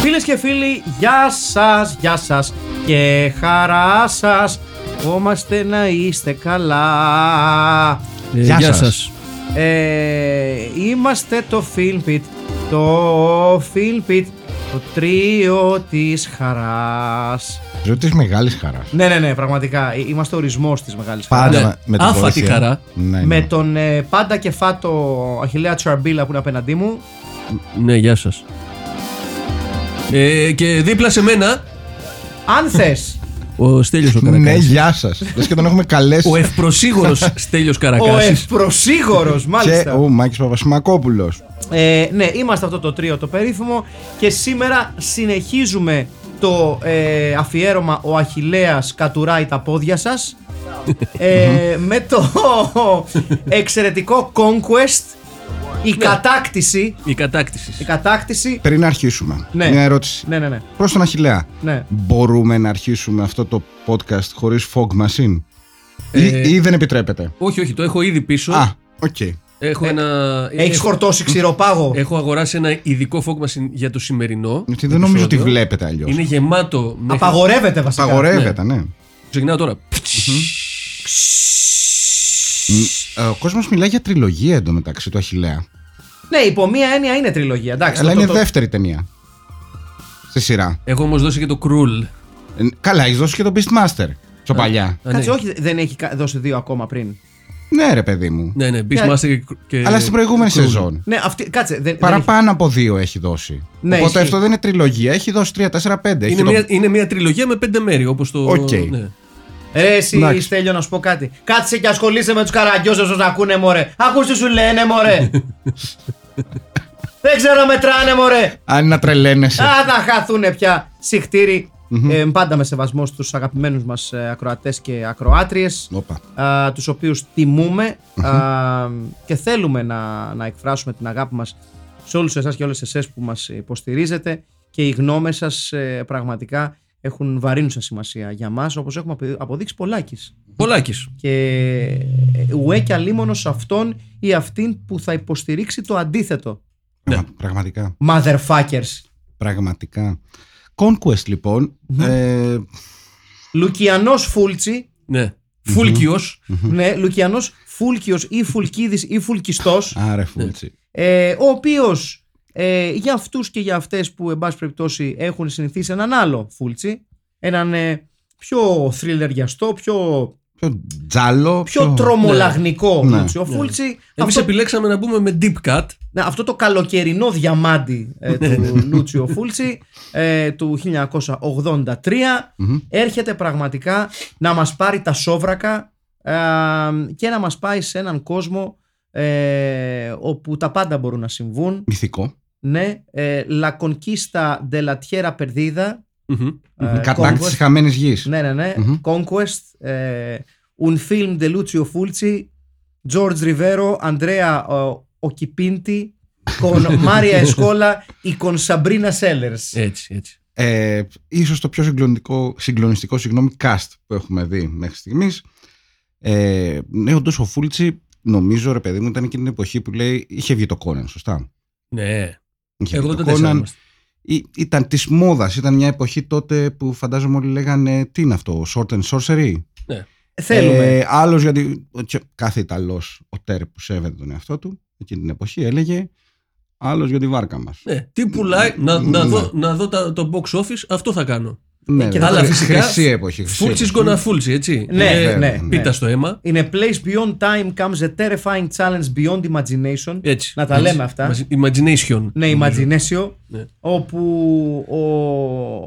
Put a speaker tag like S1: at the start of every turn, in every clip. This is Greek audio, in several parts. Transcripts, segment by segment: S1: Φίλε και φίλοι, γεια σας, γεια σας και χαρά σας. Όμαστε να είστε καλά.
S2: Ε,
S3: Γεια
S2: γεια
S3: σας.
S2: σας.
S1: Ε, είμαστε το Filmpit, το Filmpit, το τρίο της χαράς.
S3: Ζω της μεγάλης χαράς.
S1: Ναι, ναι, ναι, πραγματικά. ε, Είμαστε ορισμός της μεγάλης χαράς.
S3: Πάντα
S2: Ναι.
S3: με- με την
S2: Άφατη
S3: βοήθεια.
S2: χαρά.
S3: Ναι, ναι.
S1: Με τον ε, πάντα και φάτο Αχιλέα Τσαρμπίλα που είναι απέναντί μου.
S2: Ναι, γεια σας. Ε, και δίπλα σε μένα,
S1: Αν θες,
S2: ο Στέλιος ο
S3: Ναι,
S2: Καρακάσης.
S3: γεια σας. Λες και τον έχουμε καλέσει.
S2: Ο ευπροσίγωρος Στέλιος
S1: ο
S2: Καρακάσης.
S1: ευπροσίγωρος
S3: και
S1: μάλιστα.
S3: ο Μάκης Παπασημακόπουλος.
S1: Ε, ναι, είμαστε αυτό το τρίο το περίφημο και σήμερα συνεχίζουμε το ε, αφιέρωμα «Ο Αχιλέας κατουράει τα πόδια σας» ε, με το εξαιρετικό Conquest,
S3: Ναι.
S1: η κατάκτηση,
S2: Η κατάκτησης.
S1: η κατάκτηση,
S3: Πριν αρχίσουμε,
S1: Ναι.
S3: μια ερώτηση.
S1: ναι, ναι, ναι,
S3: Προς τον Αχηλέα.
S1: ναι.
S3: Μπορούμε να αρχίσουμε αυτό το podcast χωρίς fog machine.
S1: Ε,
S3: Ή, ή δεν επιτρέπεται.
S2: Όχι, όχι, το έχω ήδη πίσω.
S3: Α, ε, οκ.
S2: Έχω ένα.
S1: Έχεις
S2: έχω-
S1: χορτώσει
S3: Ε,
S1: ξηροπάγο.
S2: Έχω αγοράσει ένα ειδικό φόκμα συν- για το σημερινό.
S3: Γιατί Ε, δεν νομίζω ότι
S2: επεισόδιο.
S3: βλέπετε αλλιώς.
S2: Είναι γεμάτο. μέχρι-
S1: Απαγορεύεται βασικά.
S3: Απαγορεύεται, ναι.
S2: Ξεκινάω τώρα.
S3: Ε, Ο κόσμος μιλάει για τριλογία εντωμεταξύ του Αχηλέα.
S1: Ναι, υπό μία έννοια είναι τριλογία, εντάξει.
S3: Αλλά
S1: το-
S3: είναι
S1: το-
S3: δεύτερη ταινία. Στη σειρά.
S2: Έχω όμω δώσει και το κρούλ.
S3: Ε, Καλά, έχεις δώσει και τον Beastmaster. Στο παλιά.
S2: Α,
S1: Κάτσε,
S2: ναι.
S1: όχι, δεν έχει κα- δώσει δύο ακόμα πριν.
S3: Ναι, ρε παιδί μου.
S2: Ναι, ναι, Beastmaster και. και-
S3: Ε, Αλλά στην προηγούμενη
S2: Cruel.
S3: σεζόν.
S1: Ε, Ναι, αυτή, κάτσε, δεν, δεν έχει-
S3: Παραπάνω από δύο έχει δώσει.
S1: Ναι,
S3: Οπότε
S1: ισχύει.
S3: αυτό δεν είναι τριλογία. Έχει δώσει τρία, τέσσερα, πέντε. Έχει
S2: Είναι,
S3: το-
S2: μια, είναι μια τριλογία με πέντε μέρη, όπως το.
S3: Οκ.
S2: Ναι.
S1: Ρε, Ε, εσύ,
S3: Εντάξει.
S1: Στέλιο, να σου πω κάτι. Κάτσε και ασχολείσαι με τους καραγκιόζες όσους ακούνε, μωρέ. Ακούστε σου λένε, μωρέ. Δεν ξέρω, μετράνε, μωρέ.
S3: Αν να τρελαίνεσαι.
S1: Α, θα χαθούνε πια. Συχτήρι. Ε, πάντα με σεβασμό στους αγαπημένους μας ε, ακροατές και ακροάτριες.
S3: Όπα.
S1: Τους οποίους τιμούμε α, και θέλουμε να, να εκφράσουμε την αγάπη μας σε όλους εσάς και όλες εσές που μας υποστηρίζετε και οι γνώμες σας ε, πραγματικά έχουν βαρύνουσα σημασία για μας όπως έχουμε απο- αποδείξει πολλάκις
S2: Πολάκης.
S1: και ε, ουέ και αλίμονος αυτόν ή αυτήν που θα υποστηρίξει το αντίθετο. ναι.
S3: Πραγμα- Πραγματικά.
S1: Motherfuckers.
S3: Πραγματικά. Conquest λοιπόν.
S1: Ναι.
S3: ε,
S1: Λουκιανός Φούλτσι,
S2: Ναι. Φούλκιος.
S1: ναι, Λουκιανός Φούλκιος ή Φουλκίδης ή Φουλκιστός,
S3: Άρε φούλτσι.
S1: ε, ο οποίος ε, για αυτούς και για αυτές που εν πάση περιπτώσει έχουν συνηθίσει έναν άλλο Φούλτσι, έναν ε, πιο θρυλεργιαστό, πιο,
S3: Πιο τζάλο.
S1: πιο τρομολαγνικό
S3: Ναι.
S1: Φούλτσι. Ο Φούλτσι,
S2: Εμείς
S1: αυτό-
S2: επιλέξαμε να μπούμε με deep cut.
S1: Ναι, αυτό το καλοκαιρινό διαμάντι ε, του Λούτσιο Φούλτσι ε, του 1983 έρχεται πραγματικά να μας πάρει τα σόβρακα ε, και να μας πάει σε έναν κόσμο ε, όπου τα πάντα μπορούν να συμβούν.
S3: Μυθικό.
S1: Ναι, ε, La Conquista de la Tierra Perdida.
S2: Μμμ.
S1: ε,
S3: Κατάκτηση
S1: Conquest.
S3: χαμένης γης.
S1: Ναι, ναι, ναι.
S3: Μμμ.
S1: Conquest. Ε, un film de Lucio Fulci, George Rivero, Andrea ε, Occhipinti, con Maria Escola y con Sabrina Sellers.
S2: Έτσι, έτσι.
S3: Ε, ίσως το πιο συγκλονιστικό, συγκλονιστικό συγγνώμη, cast που έχουμε δει μέχρι στιγμής. Ε, ναι, όντως ο Φούλτσι νομίζω ρε παιδί μου ήταν εκείνη την εποχή που λέει είχε βγει το Conan, σωστά.
S2: Ναι.
S3: Είχε βγει
S2: Εγώ
S3: το
S2: δεν
S3: Conan,
S2: ξέρω.
S3: Ή- ήταν της μόδας, ήταν μια εποχή τότε που φαντάζομαι όλοι λέγανε τι είναι αυτό, short and sorcery.
S1: Θέλουμε.
S3: Ε, άλλος γιατί ο Τσε- κάθε Ιταλός, ο Τέρ που σέβεται τον εαυτό του, εκείνη την εποχή έλεγε άλλος για τη βάρκα μας.
S1: Ε,
S2: Ναι. Τι πουλάει, να, να,
S3: Ναι.
S2: δω, να δω τα, το box office, αυτό θα κάνω.
S3: Ναι,
S1: και
S3: ναι.
S1: θα
S2: Αλλά
S1: το-
S3: Χρυσή
S2: φυσικά.
S3: εποχή, χρυσή
S2: Φούλτσι
S3: εποχή.
S2: gonna φούλτσι, έτσι.
S1: Ναι,
S2: Ε,
S3: ναι, ναι.
S2: Πίτα στο αίμα.
S1: In a place beyond time comes a terrifying challenge beyond imagination.
S2: Έτσι.
S1: Να τα
S2: Έτσι.
S1: λέμε αυτά.
S2: Μαζί- Imagination.
S1: Ναι, Imaginesio.
S2: Ναι.
S1: Όπου ο...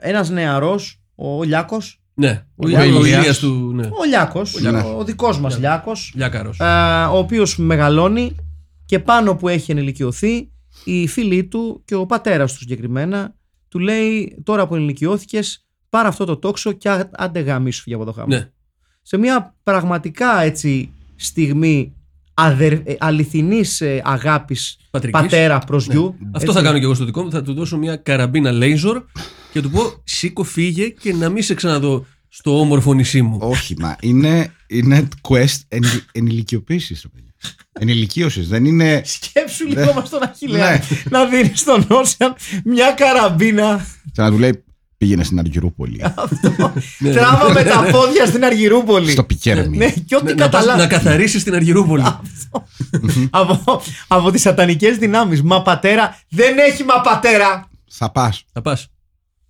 S1: ένας νεαρός, ο Λιάκος,
S2: Ναι. Ο,
S3: Ο
S2: ο
S3: Ηλίας.
S2: Ηλίας του. Ναι.
S1: ο Λιάκος, ο,
S3: Λιάκος.
S1: δικός μας Λιάκος,
S2: Λιάκαρος.
S1: α, Ε, ο οποίος μεγαλώνει και πάνω που έχει ενηλικιωθεί, οι φίλοι του και ο πατέρας του συγκεκριμένα του λέει τώρα που ενηλικιώθηκες πάρε αυτό το τόξο και άντε γαμίσου φύγε από το χάμα.
S2: Ναι.
S1: σε μια πραγματικά έτσι στιγμή αδερ, ε, αληθινής ε, αγάπης
S2: Πατρικής. Ναι.
S1: πατέρα προς γιου.
S2: Αυτό θα κάνω και εγώ στο δικό μου. Θα του δώσω μια καραμπίνα λέιζορ και του πω σήκω φύγε και να μην σε ξαναδώ στο όμορφο νησί μου.
S3: Όχι, μα είναι, είναι quest εν, ενηλικιοποίησης, ρε παιδιά. Ενηλικίωσης, δεν είναι...
S1: Σκέψου λίγο μας τον Αχιλέα
S3: Ναι.
S1: να δίνεις στον Όσιαν μια καραμπίνα.
S3: Σαν να του λέει πήγαινε στην Αργυρούπολη,
S2: Ναι.
S1: Τράβα με τα πόδια στην Αργυρούπολη.
S3: στο Πικέρμι.
S1: Ναι, και ό,τι
S2: Ναι, να, πας, να
S1: καταλάβει
S2: καθαρίσεις την Αργυρούπολη.
S1: από, από τις σατανικές δυνάμεις. Μα πατέρα, δεν έχει μα πατέρα.
S3: Θα πας.
S2: Θα πας.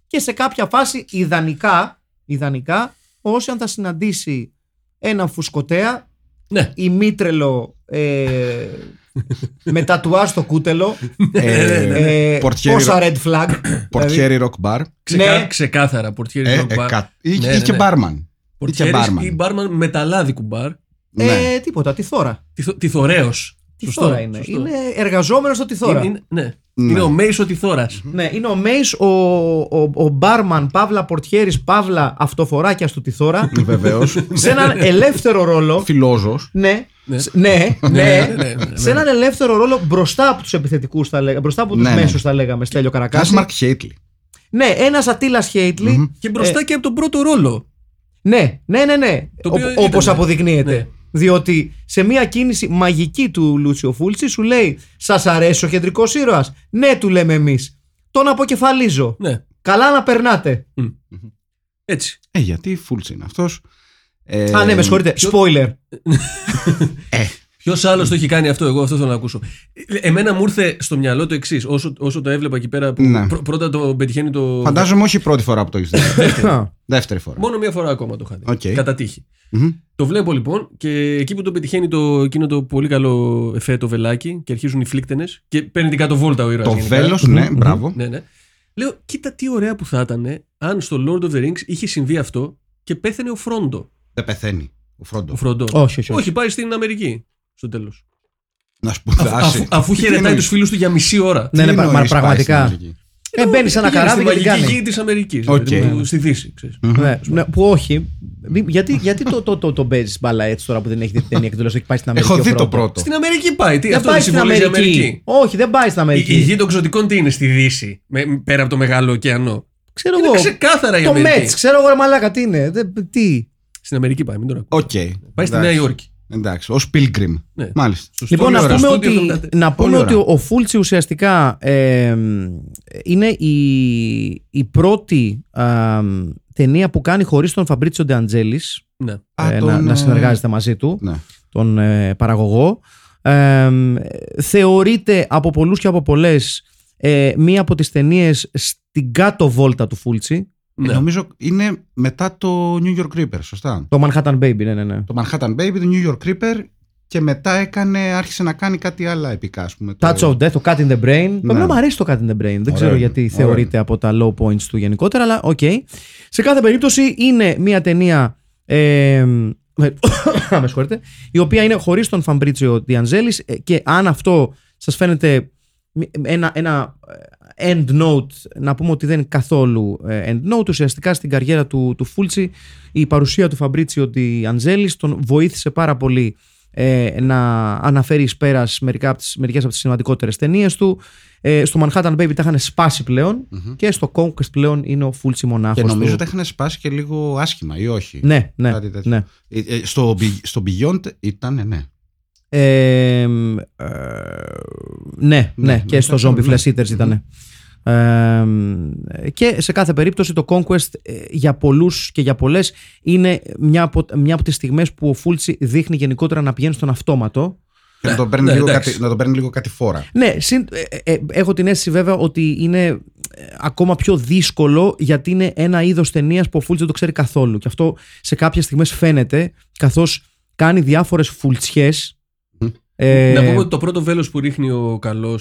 S1: Και σε κάποια φάση, ιδανικά, ιδανικά ο Όσιαν θα συναντήσει έναν φουσκωτέα
S2: Ναι.
S1: ημίτρελο ε, με τατουά στο κούτελο.
S3: Ε,
S1: ε,
S3: Πορτιέρι.
S1: Πόσα red flag. δηλαδή.
S3: Πορτιέρι ροκ μπαρ.
S2: Ξεκα...
S1: Ναι.
S2: Ξεκάθαρα. Πορτιέρι
S3: Ε,
S2: ροκ
S3: ε,
S2: μπαρ.
S3: κα- Ή
S2: Ναι,
S3: ή
S2: ναι,
S3: και
S2: ναι.
S3: μπάρμαν. Ή και
S2: Πορτιέρις ή
S3: μπαρμαν.
S2: μπάρμαν μεταλλάδικου μπαρ.
S3: Ναι.
S1: Ε, τίποτα, τι θώρα.
S2: Τυθο- Τυθωρέος.
S1: Τι
S2: Σωστό,
S1: θώρα είναι.
S2: σωστό.
S1: Είναι εργαζόμενος στο τι θώρα.
S2: Είναι, είναι- ναι.
S3: Ναι.
S2: είναι ο Μέης ο Τυθώρας.
S1: Ναι, είναι ο Μέης, ο, ο, ο μπάρμαν, παύλα πορτιέρης, παύλα αυτοφοράκιας του Τιθώρα,
S3: Βεβαίως.
S1: σε έναν ελεύθερο ρόλο,
S3: Φιλόζος.
S1: ναι,
S2: Ναι.
S1: σ- ναι,
S2: Ναι,
S1: ναι,
S2: ναι, ναι, ναι.
S1: σε έναν ελεύθερο ρόλο μπροστά από τους επιθετικούς, θα λέγα, μπροστά από τους
S3: Ναι, ναι.
S1: μέσους θα λέγαμε, Στέλιο Καρακάση.
S3: Κάσμαρκ Χέιτλι.
S1: Ναι, ένας Ατήλας Χέιτλι,
S3: Μμμ.
S2: Και
S1: Ε.
S2: μπροστά και από τον πρώτο ρόλο.
S1: Ναι, ναι, ναι, ναι.
S2: Το οποίο
S1: Ό-
S2: ήταν,
S1: Όπως
S2: ναι.
S1: αποδεικνύεται.
S2: Ναι.
S1: Διότι σε μια κίνηση μαγική του Λούτσιο Φούλτσι σου λέει Σας αρέσει ο κεντρικός ήρωας. Ναι, του λέμε εμείς. Τον αποκεφαλίζω.
S2: Ναι.
S1: Καλά να περνάτε.
S2: Έτσι.
S3: Ε, γιατί φούλτς είναι αυτός. Ε,
S1: Α, ναι, με συγχωρείτε.
S2: ποιο-
S1: Spoiler.
S2: Ποιος άλλος το έχει κάνει αυτό, εγώ αυτό θέλω να ακούσω. Ε, Εμένα μου ήρθε στο μυαλό το εξής, όσο, όσο το έβλεπα εκεί πέρα. Που
S3: Ναι.
S2: πρω- πρώτα το πετυχαίνει το.
S3: Φαντάζομαι όχι η πρώτη φορά που το έχεις δει.
S1: Ναι,
S3: Δεύτερη φορά.
S2: Μόνο μία φορά ακόμα το είχα δει.
S3: Οκ.
S2: Κατά τύχη.
S3: Μμμ.
S2: Το βλέπω λοιπόν και εκεί που το πετυχαίνει το, εκείνο το πολύ καλό εφέ το βελάκι και αρχίζουν οι φλίκτενες και παίρνει την κάτω βόλτα ο ήρωας.
S3: Το βέλος, ναι, μπράβο.
S2: Ναι, ναι. Λέω, κοίτα τι ωραία που θα ήταν αν στο Lord of the Rings είχε συμβεί αυτό και πέθανε ο Φρόντο.
S3: Δεν πεθαίνει. Ο Φρόντο.
S2: Ο Φρόντο.
S1: Όχι, όχι, όχι.
S2: όχι, πάει στην Αμερική στο τέλος.
S3: Να
S2: Αφού,
S3: σπουδάσει.
S2: αφού
S3: Τι
S2: χαιρετάει
S3: εννοείς,
S2: τους φίλους του για μισή ώρα.
S1: Ναι,
S3: τι
S1: ναι, πρα-
S3: εννοείς,
S1: μα-
S3: πάει στην
S1: πραγματικά.
S3: Αμερική.
S1: Ε, μπαίνει σε ένα
S2: Πήγαινε
S1: καράβι και
S2: Στη
S1: την
S2: μαγική γη
S1: κάνει.
S2: της Αμερικής.
S3: Οκ.
S2: Στη Δύση, ξέρεις.
S1: Ναι, ναι, που όχι. Μη- Γιατί, γιατί το, το, το, το παίζεις μπαλά έτσι τώρα που δεν έχεις δει την ταινία και τελείω έχει πάει στην Αμερική.
S3: Έχω
S1: ο
S3: δει το
S1: Φρόντο.
S3: πρώτο.
S2: Στην Αμερική πάει. Τι,
S1: Δεν
S2: αυτό
S1: πάει στην
S2: συμβολίζει η
S1: Αμερική.
S2: Αμερική.
S1: Όχι, δεν πάει στην
S2: Η, η
S1: Αμερική.
S2: γη των ξωτικών τι είναι στη Δύση, με, πέρα από το μεγάλο ωκεανό.
S1: Ξέρω
S2: Είναι
S1: εγώ.
S2: ξεκάθαρα η
S1: Το
S2: Αμερική.
S1: Μέτ, ξέρω εγώ, ρε μαλάκα τι είναι. Δεν- Τι.
S2: Στην Αμερική πάει, μην τώρα. ακούω.
S3: Οκ.
S2: Πάει στη
S3: Εντάξει.
S2: Νέα Υόρκη.
S3: Εντάξει, ως pilgrim.
S2: Ναι.
S3: Μάλιστα.
S2: Στο
S1: Λοιπόν,
S2: Studio
S1: να
S2: Ra-
S1: πούμε
S2: Studio
S1: ότι,
S2: 74.
S1: να πούμε
S3: Πολύ
S1: ότι
S3: ωραία.
S1: ο Φούλτσι ουσιαστικά ε, είναι η, η πρώτη α, ταινία που κάνει χωρίς τον Φαμπρίτσιο Ντεαντζέλης
S2: Ναι.
S3: Α,
S1: ε,
S3: τον,
S1: να, να
S3: ε,
S1: συνεργάζεται μαζί του,
S3: Ναι.
S1: τον ε, παραγωγό. Ε, ε, θεωρείται από πολλούς και από πολλές ε, μία από τις ταινίες στην κάτω βόλτα του Φούλτσι.
S2: Ναι.
S3: Ε, Νομίζω είναι μετά το New York Reaper, σωστά.
S1: Το Manhattan Baby, ναι, ναι, ναι.
S3: Το Manhattan Baby, το New York Reaper και μετά έκανε, άρχισε να κάνει κάτι άλλα επικά, ας πούμε.
S1: Touch
S3: το...
S1: of Death, το Cut in the Brain. Ναι. Εμένα μου αρέσει το Cut in the Brain. Δεν ξέρω
S3: είναι,
S1: γιατί
S3: ωραίο
S1: θεωρείται από τα low points του γενικότερα, αλλά οκ. Σε κάθε περίπτωση είναι μια ταινία. Ε, με, με συγχωρείτε, η οποία είναι χωρίς τον Φαμπρίτσιο Διανζέλης ε, και αν αυτό σας φαίνεται μη- ένα, ένα ε, end note, να πούμε ότι δεν είναι καθόλου ε, end note, ουσιαστικά στην καριέρα του, του Φούλτσι η παρουσία του Φαμπρίτσιο Διανζέλης τον βοήθησε πάρα πολύ ε, να αναφέρει εις πέρας μερικά από τις, μερικές από τις σημαντικότερες ταινίες του. Ε, στο Manhattan Baby τα είχαν σπάσει πλέον και στο Conquest πλέον είναι ο Φούλτσι μονάχος
S3: Και νομίζω
S1: του.
S3: τα είχαν σπάσει και λίγο άσχημα, ή όχι.
S1: Ναι, ναι,
S3: Κάτι τέτοιο.
S1: ναι.
S3: Ε, ε, στο, Be- στο Beyond ήταν, ναι.
S1: Ε, ε, ναι, ναι,
S3: ναι,
S1: και στο
S3: ναι,
S1: Zombie
S3: ναι.
S1: Flesh Eaters ήταν. και σε κάθε περίπτωση το Conquest ε, για πολλούς και για πολλές είναι μια από, μια από τις στιγμές που ο Φούλτσι δείχνει γενικότερα να πηγαίνει στον αυτόματο
S3: Και να, τον
S2: ναι,
S3: παίρνει λίγο
S2: εντάξει.
S3: κάτι, να τον παίρνει λίγο κάτι φόρα.
S1: Ναι, συν- ε, ε, ε, έχω την αίσθηση βέβαια ότι είναι ε, ακόμα πιο δύσκολο γιατί είναι ένα είδος ταινίας που ο Φούλτ δεν το ξέρει καθόλου. Και αυτό σε κάποιες στιγμές φαίνεται καθώς κάνει διάφορες φουλτσιές. Ε,
S2: Να πούμε ότι το πρώτο βέλος που ρίχνει ο καλός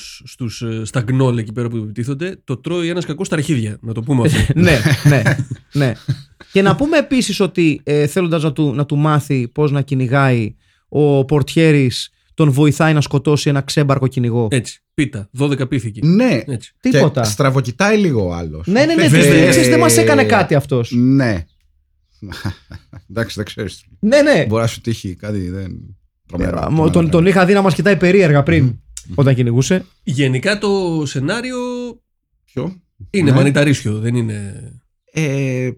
S2: στα γκνόλ εκεί πέρα που επιτίθονται, το τρώει ένας κακός στα αρχίδια. Να το πούμε αυτό.
S1: ναι, ναι, ναι. Και να πούμε επίσης ότι ε, θέλοντας να του, να του μάθει πώς να κυνηγάει, ο Πορτιέρης τον βοηθάει να σκοτώσει ένα ξέμπαρκο κυνηγό.
S2: Έτσι. Πίτα. 12 πίθηκε.
S3: Ναι.
S2: Έτσι.
S1: Ε, Τίποτα.
S3: Και στραβοκοιτάει λίγο ο άλλος.
S1: Ναι, ναι, ναι.
S2: Βέβαια.
S1: Βέβαια. δεν μας έκανε κάτι αυτός.
S3: Ναι. Εντάξει, δεν ξέρεις.
S1: Ναι, ναι.
S3: Μπορεί να ναι. σου τύχει κάτι. Δεν... Τρομερό.
S1: Μω- Τον, τον είχα δει να Ε, μας κοιτάει περίεργα πριν όταν κυνηγούσε.
S2: Γενικά το σενάριο
S3: Ποιο?
S2: είναι
S3: Ναι.
S2: μανιταρίσιο, δεν είναι.
S3: Ε,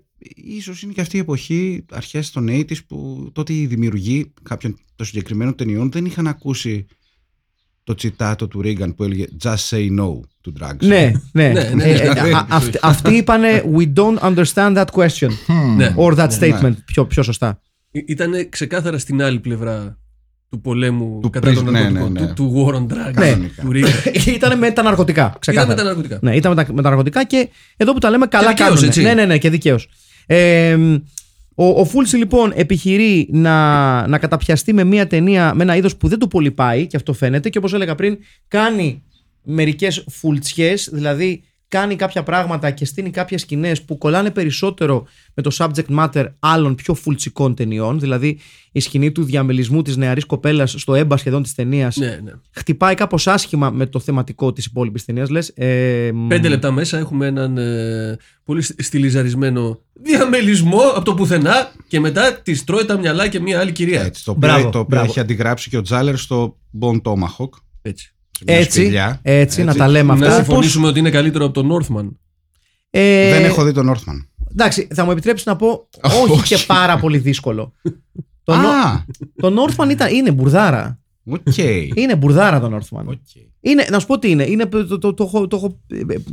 S3: ίσως είναι και αυτή η εποχή, αρχές των 80s, που τότε οι δημιουργοί κάποιων των συγκεκριμένων ταινιών δεν είχαν ακούσει το τσιτάτο του Ρίγκαν που έλεγε Just say no to drugs.
S1: ναι, ναι.
S2: Ναι, ναι,
S1: Ε, ε,
S3: ναι.
S1: α- αυτοί- Αυτοί είπανε We don't understand that question
S3: Mm.
S2: Ναι.
S1: or that statement. Πιο, πιο σωστά.
S2: Ήταν ξεκάθαρα στην άλλη πλευρά του πολέμου
S3: Του
S2: κατά των
S3: πρι- ναι,
S2: ναρκωτικών.
S3: ναι, ναι.
S2: Του, του War on Drugs.
S3: Κανονικά.
S2: Του Reagan.
S1: Ήταν με τα ναρκωτικά.
S2: Ήταν
S1: Ξεκάθαρα.
S2: με τα ναρκωτικά.
S1: Ναι, ήταν με τα, με τα ναρκωτικά και εδώ που τα λέμε καλά
S2: δικαίως,
S1: κάνουν.
S2: έτσι.
S1: Ναι, ναι, ναι, και δικαίως. ο, ο Φούλτς λοιπόν επιχειρεί να, να καταπιαστεί με μια ταινία, με ένα είδος που δεν του πολύ πάει και αυτό φαίνεται και όπως έλεγα πριν κάνει μερικές φουλτσιές, δηλαδή κάνει κάποια πράγματα και στείνει κάποιες σκηνές που κολλάνε περισσότερο με το subject matter άλλων πιο φουλτσικών ταινιών, δηλαδή η σκηνή του διαμελισμού της νεαρής κοπέλας στο έμπα σχεδόν της ταινίας.
S2: Ναι, ναι.
S1: Χτυπάει κάπως άσχημα με το θεματικό της υπόλοιπης ταινίας, λες. Ε, μ,
S3: Mm.
S2: Πέντε λεπτά μέσα έχουμε έναν ε, πολύ στι- στυλιζαρισμένο διαμελισμό από το πουθενά και μετά τη τρώει τα μυαλά και μια άλλη κυρία.
S3: Έτσι, το
S1: Μπράβο,
S3: οποίο, το οποίο
S1: μπράβο.
S3: έχει αντιγράψει και ο Τζάλερ στο Bon Tomahawk.
S2: Έτσι.
S3: σε μια
S1: Έτσι,
S3: σπηλιά.
S1: έτσι, να τα λέμε
S2: Να
S1: αυτά.
S2: συμφωνήσουμε ότι είναι καλύτερο από τον Northman.
S1: Ε,
S3: Δεν έχω δει τον Northman.
S1: Εντάξει, θα μου επιτρέψεις να πω
S3: Όχι.
S1: όχι και πάρα πολύ δύσκολο. το, Νο-
S3: Α,
S1: το Northman ήταν, είναι μπουρδάρα.
S3: οκ.
S1: Είναι μπουρδάρα το Northman.
S3: Οκ.
S1: Είναι, να σου πω τι είναι. είναι το, το, το, το, έχω- το έχω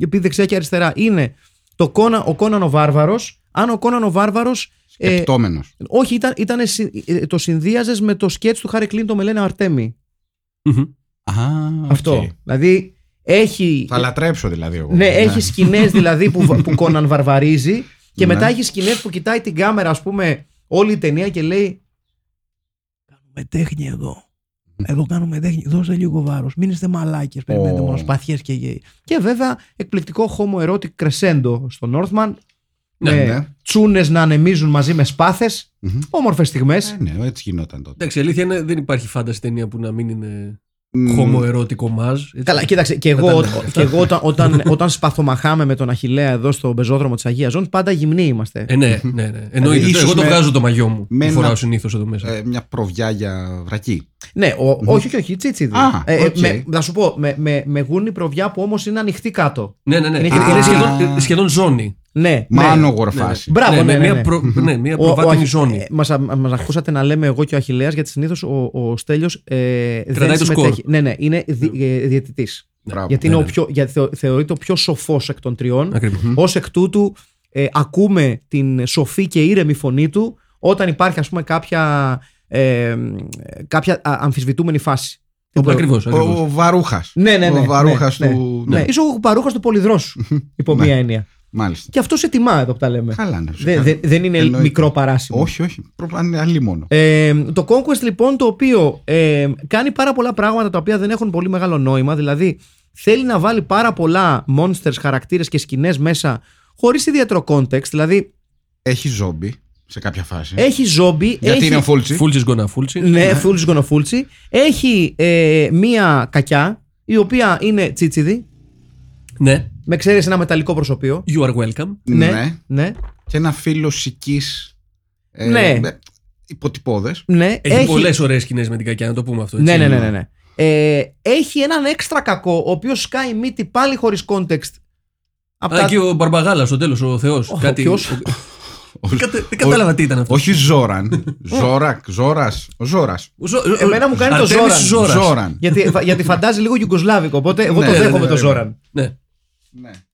S1: ε, πει δεξιά και αριστερά. Είναι το Κόνα, ο Κόναν ο Βάρβαρος. Αν ο Κόναν ο Βάρβαρος... ε,
S3: Σκεπτόμενος.
S1: όχι, ήταν, ήτανε συ- ε, το συνδύαζες με το σκέτς του Χάρη Κλίντο με Λένα Αρτέμι.
S2: Μμμ.
S3: Α, οκ.
S1: Αυτό. Δηλαδή έχει.
S3: Θα λατρέψω δηλαδή εγώ.
S1: Ναι, έχει σκηνές δηλαδή που, βα- που Κόναν βαρβαρίζει και
S3: Ναι.
S1: μετά έχει σκηνές που κοιτάει την κάμερα, ας πούμε, όλη η ταινία και λέει.
S4: με τέχνη εδώ. Εδώ κάνουμε τέχνη. Δώστε λίγο βάρος. Μην είστε μαλάκες. Περιμένετε
S3: Ω.
S4: μόνος σπαθιέ και γέοι.
S1: Και βέβαια εκπληκτικό homoerotic crescendo στο Northman.
S2: Ναι,
S1: με
S3: ναι.
S1: τσούνες να ανεμίζουν μαζί με σπάθες.
S3: Μμμ.
S1: Όμορφες στιγμές.
S3: Ε, Ναι, έτσι γινόταν τότε.
S2: Εντάξει, η αλήθεια είναι δεν υπάρχει φάνταση ταινία που να μην είναι χομοερότικο μάζ. έτσι.
S1: Καλά, κοίταξε. Και εγώ,
S2: Κατάλαβα.
S1: ό- και εγώ όταν, όταν, όταν σπαθομαχάμε με τον Αχηλέα εδώ στο πεζόδρομο της Αγίας Ζώνης, πάντα γυμνοί είμαστε.
S2: Ε, ναι, ναι, ναι. Εννοείται.
S3: Δηλαδή, ίσως
S2: εγώ το
S3: με-
S2: βγάζω το μαγιό μου.
S3: με
S2: που φοράω
S3: ένα-
S2: συνήθως εδώ μέσα.
S3: Ε, μια προβιά για βρακή.
S1: Ναι, ο, όχι, όχι, όχι, τσίτσιδι.
S3: Α,
S1: ε,
S3: οκ.
S1: με, να σου πω, με, με, με γούνι προβιά που όμως είναι ανοιχτή κάτω.
S2: ναι, ναι, ναι.
S1: είναι-
S2: Είναι,
S1: Α.
S2: σχεδόν, σχεδόν ζώνη.
S1: Ναι, ναι.
S3: Μάνογορ φάση.
S1: Μπράβο, ναι,
S2: με
S1: ναι,
S2: μια
S1: ναι.
S2: προ- ναι, μια προβάτινη ζώνη.
S1: Μα ε, μας ακούσατε να λέμε εγώ και ο Αχηλέα, γιατί συνήθως ο, ο Στέλιος ε,
S2: Κρατάει
S1: δεν
S2: το
S1: συμμετέχει.
S2: σκορ.
S1: Ναι, ναι, είναι δι, ε, διαιτητής.
S3: Μπράβο.
S1: Γιατί,
S2: ναι,
S1: είναι ο
S2: ναι.
S1: πιο- γιατί θεω- θεωρείται ο πιο σοφός εκ των τριών.
S2: Ακριβώς.
S1: Ως εκ τούτου, ε, ακούμε την σοφή και ήρεμη φωνή του όταν υπάρχει, ας πούμε, κάποια, ε, κάποια α- αμφισβητούμενη φάση.
S2: Ακριβώς, ακριβώς.
S3: Ο Βαρούχας.
S1: Ναι, ναι, ναι.
S3: Ο Βαρούχας
S1: ναι,
S3: του.
S1: Ναι. Ναι. Είσαι ο παρούχα του πολυδρόσου, υπό μία έννοια.
S3: Μάλιστα.
S1: Και αυτός σε τιμά εδώ που τα λέμε.
S3: Καλά, ναι.
S1: Δεν,
S3: φυσικά.
S1: δεν- δεν είναι
S3: Εννοείται.
S1: μικρό παράσημο.
S3: Όχι, όχι. Προ- είναι άλλη μόνο.
S1: Ε, το Conquest λοιπόν το οποίο ε, κάνει πάρα πολλά πράγματα τα οποία δεν έχουν πολύ μεγάλο νόημα δηλαδή θέλει να βάλει πάρα πολλά monsters, χαρακτήρες και σκηνές μέσα χωρίς ιδιαίτερο context δηλαδή
S3: Έχει ζόμπι σε κάποια φάση.
S1: έχει ζόμπι
S3: Ναι. Γιατί
S1: έχει...
S3: είναι ο Φούλτσι.
S2: Φούλτσι γκονα φούλτσι.
S1: ναι, φούλτσι γονοφούλτσι έχει ε, μία κακιά η οποία είναι τσίτσιδη
S2: Ναι.
S1: με ξέρεις ένα μεταλλικό προσωπείο
S2: You are welcome.
S1: ναι, ναι,
S3: Και ένα φίλο ε, σική.
S1: Ναι.
S3: Υποτυπώδες.
S1: ναι.
S2: Έχει, πολλές ωραίες σκηνές με την κακιά, να το πούμε αυτό.
S1: Ναι,
S2: έτσι.
S1: ναι, ναι, ναι. ναι. Ε, έχει έναν έξτρα κακό, ο οποίος σκάει μύτη πάλι χωρίς context. Απ'
S2: Α,
S1: τα-
S2: και ο Μπαρμπαγάλα στο τέλος, ο Θεός.
S1: Ο
S2: Κάτι...
S1: ποιος?
S2: ο- Κατε- Δεν κατάλαβα τι ήταν αυτό.
S3: Όχι Ζόραν. Ζόρακ, Ζόρας. Ο Ζόρας.
S2: Ο Ζω- ο-
S1: Εμένα μου κάνει το
S2: ε, Αρτέμις
S1: Ζόραν.
S2: Ζόρας.
S3: Ζόραν.
S1: γιατί, γιατί φαντάζει λίγο Ιουγκοσλάβικο, οπότε εγώ
S2: Ναι,
S1: το
S2: ναι,
S1: δέχομαι
S2: ναι,
S1: το
S3: ναι.
S1: Ζόραν.
S2: Ναι.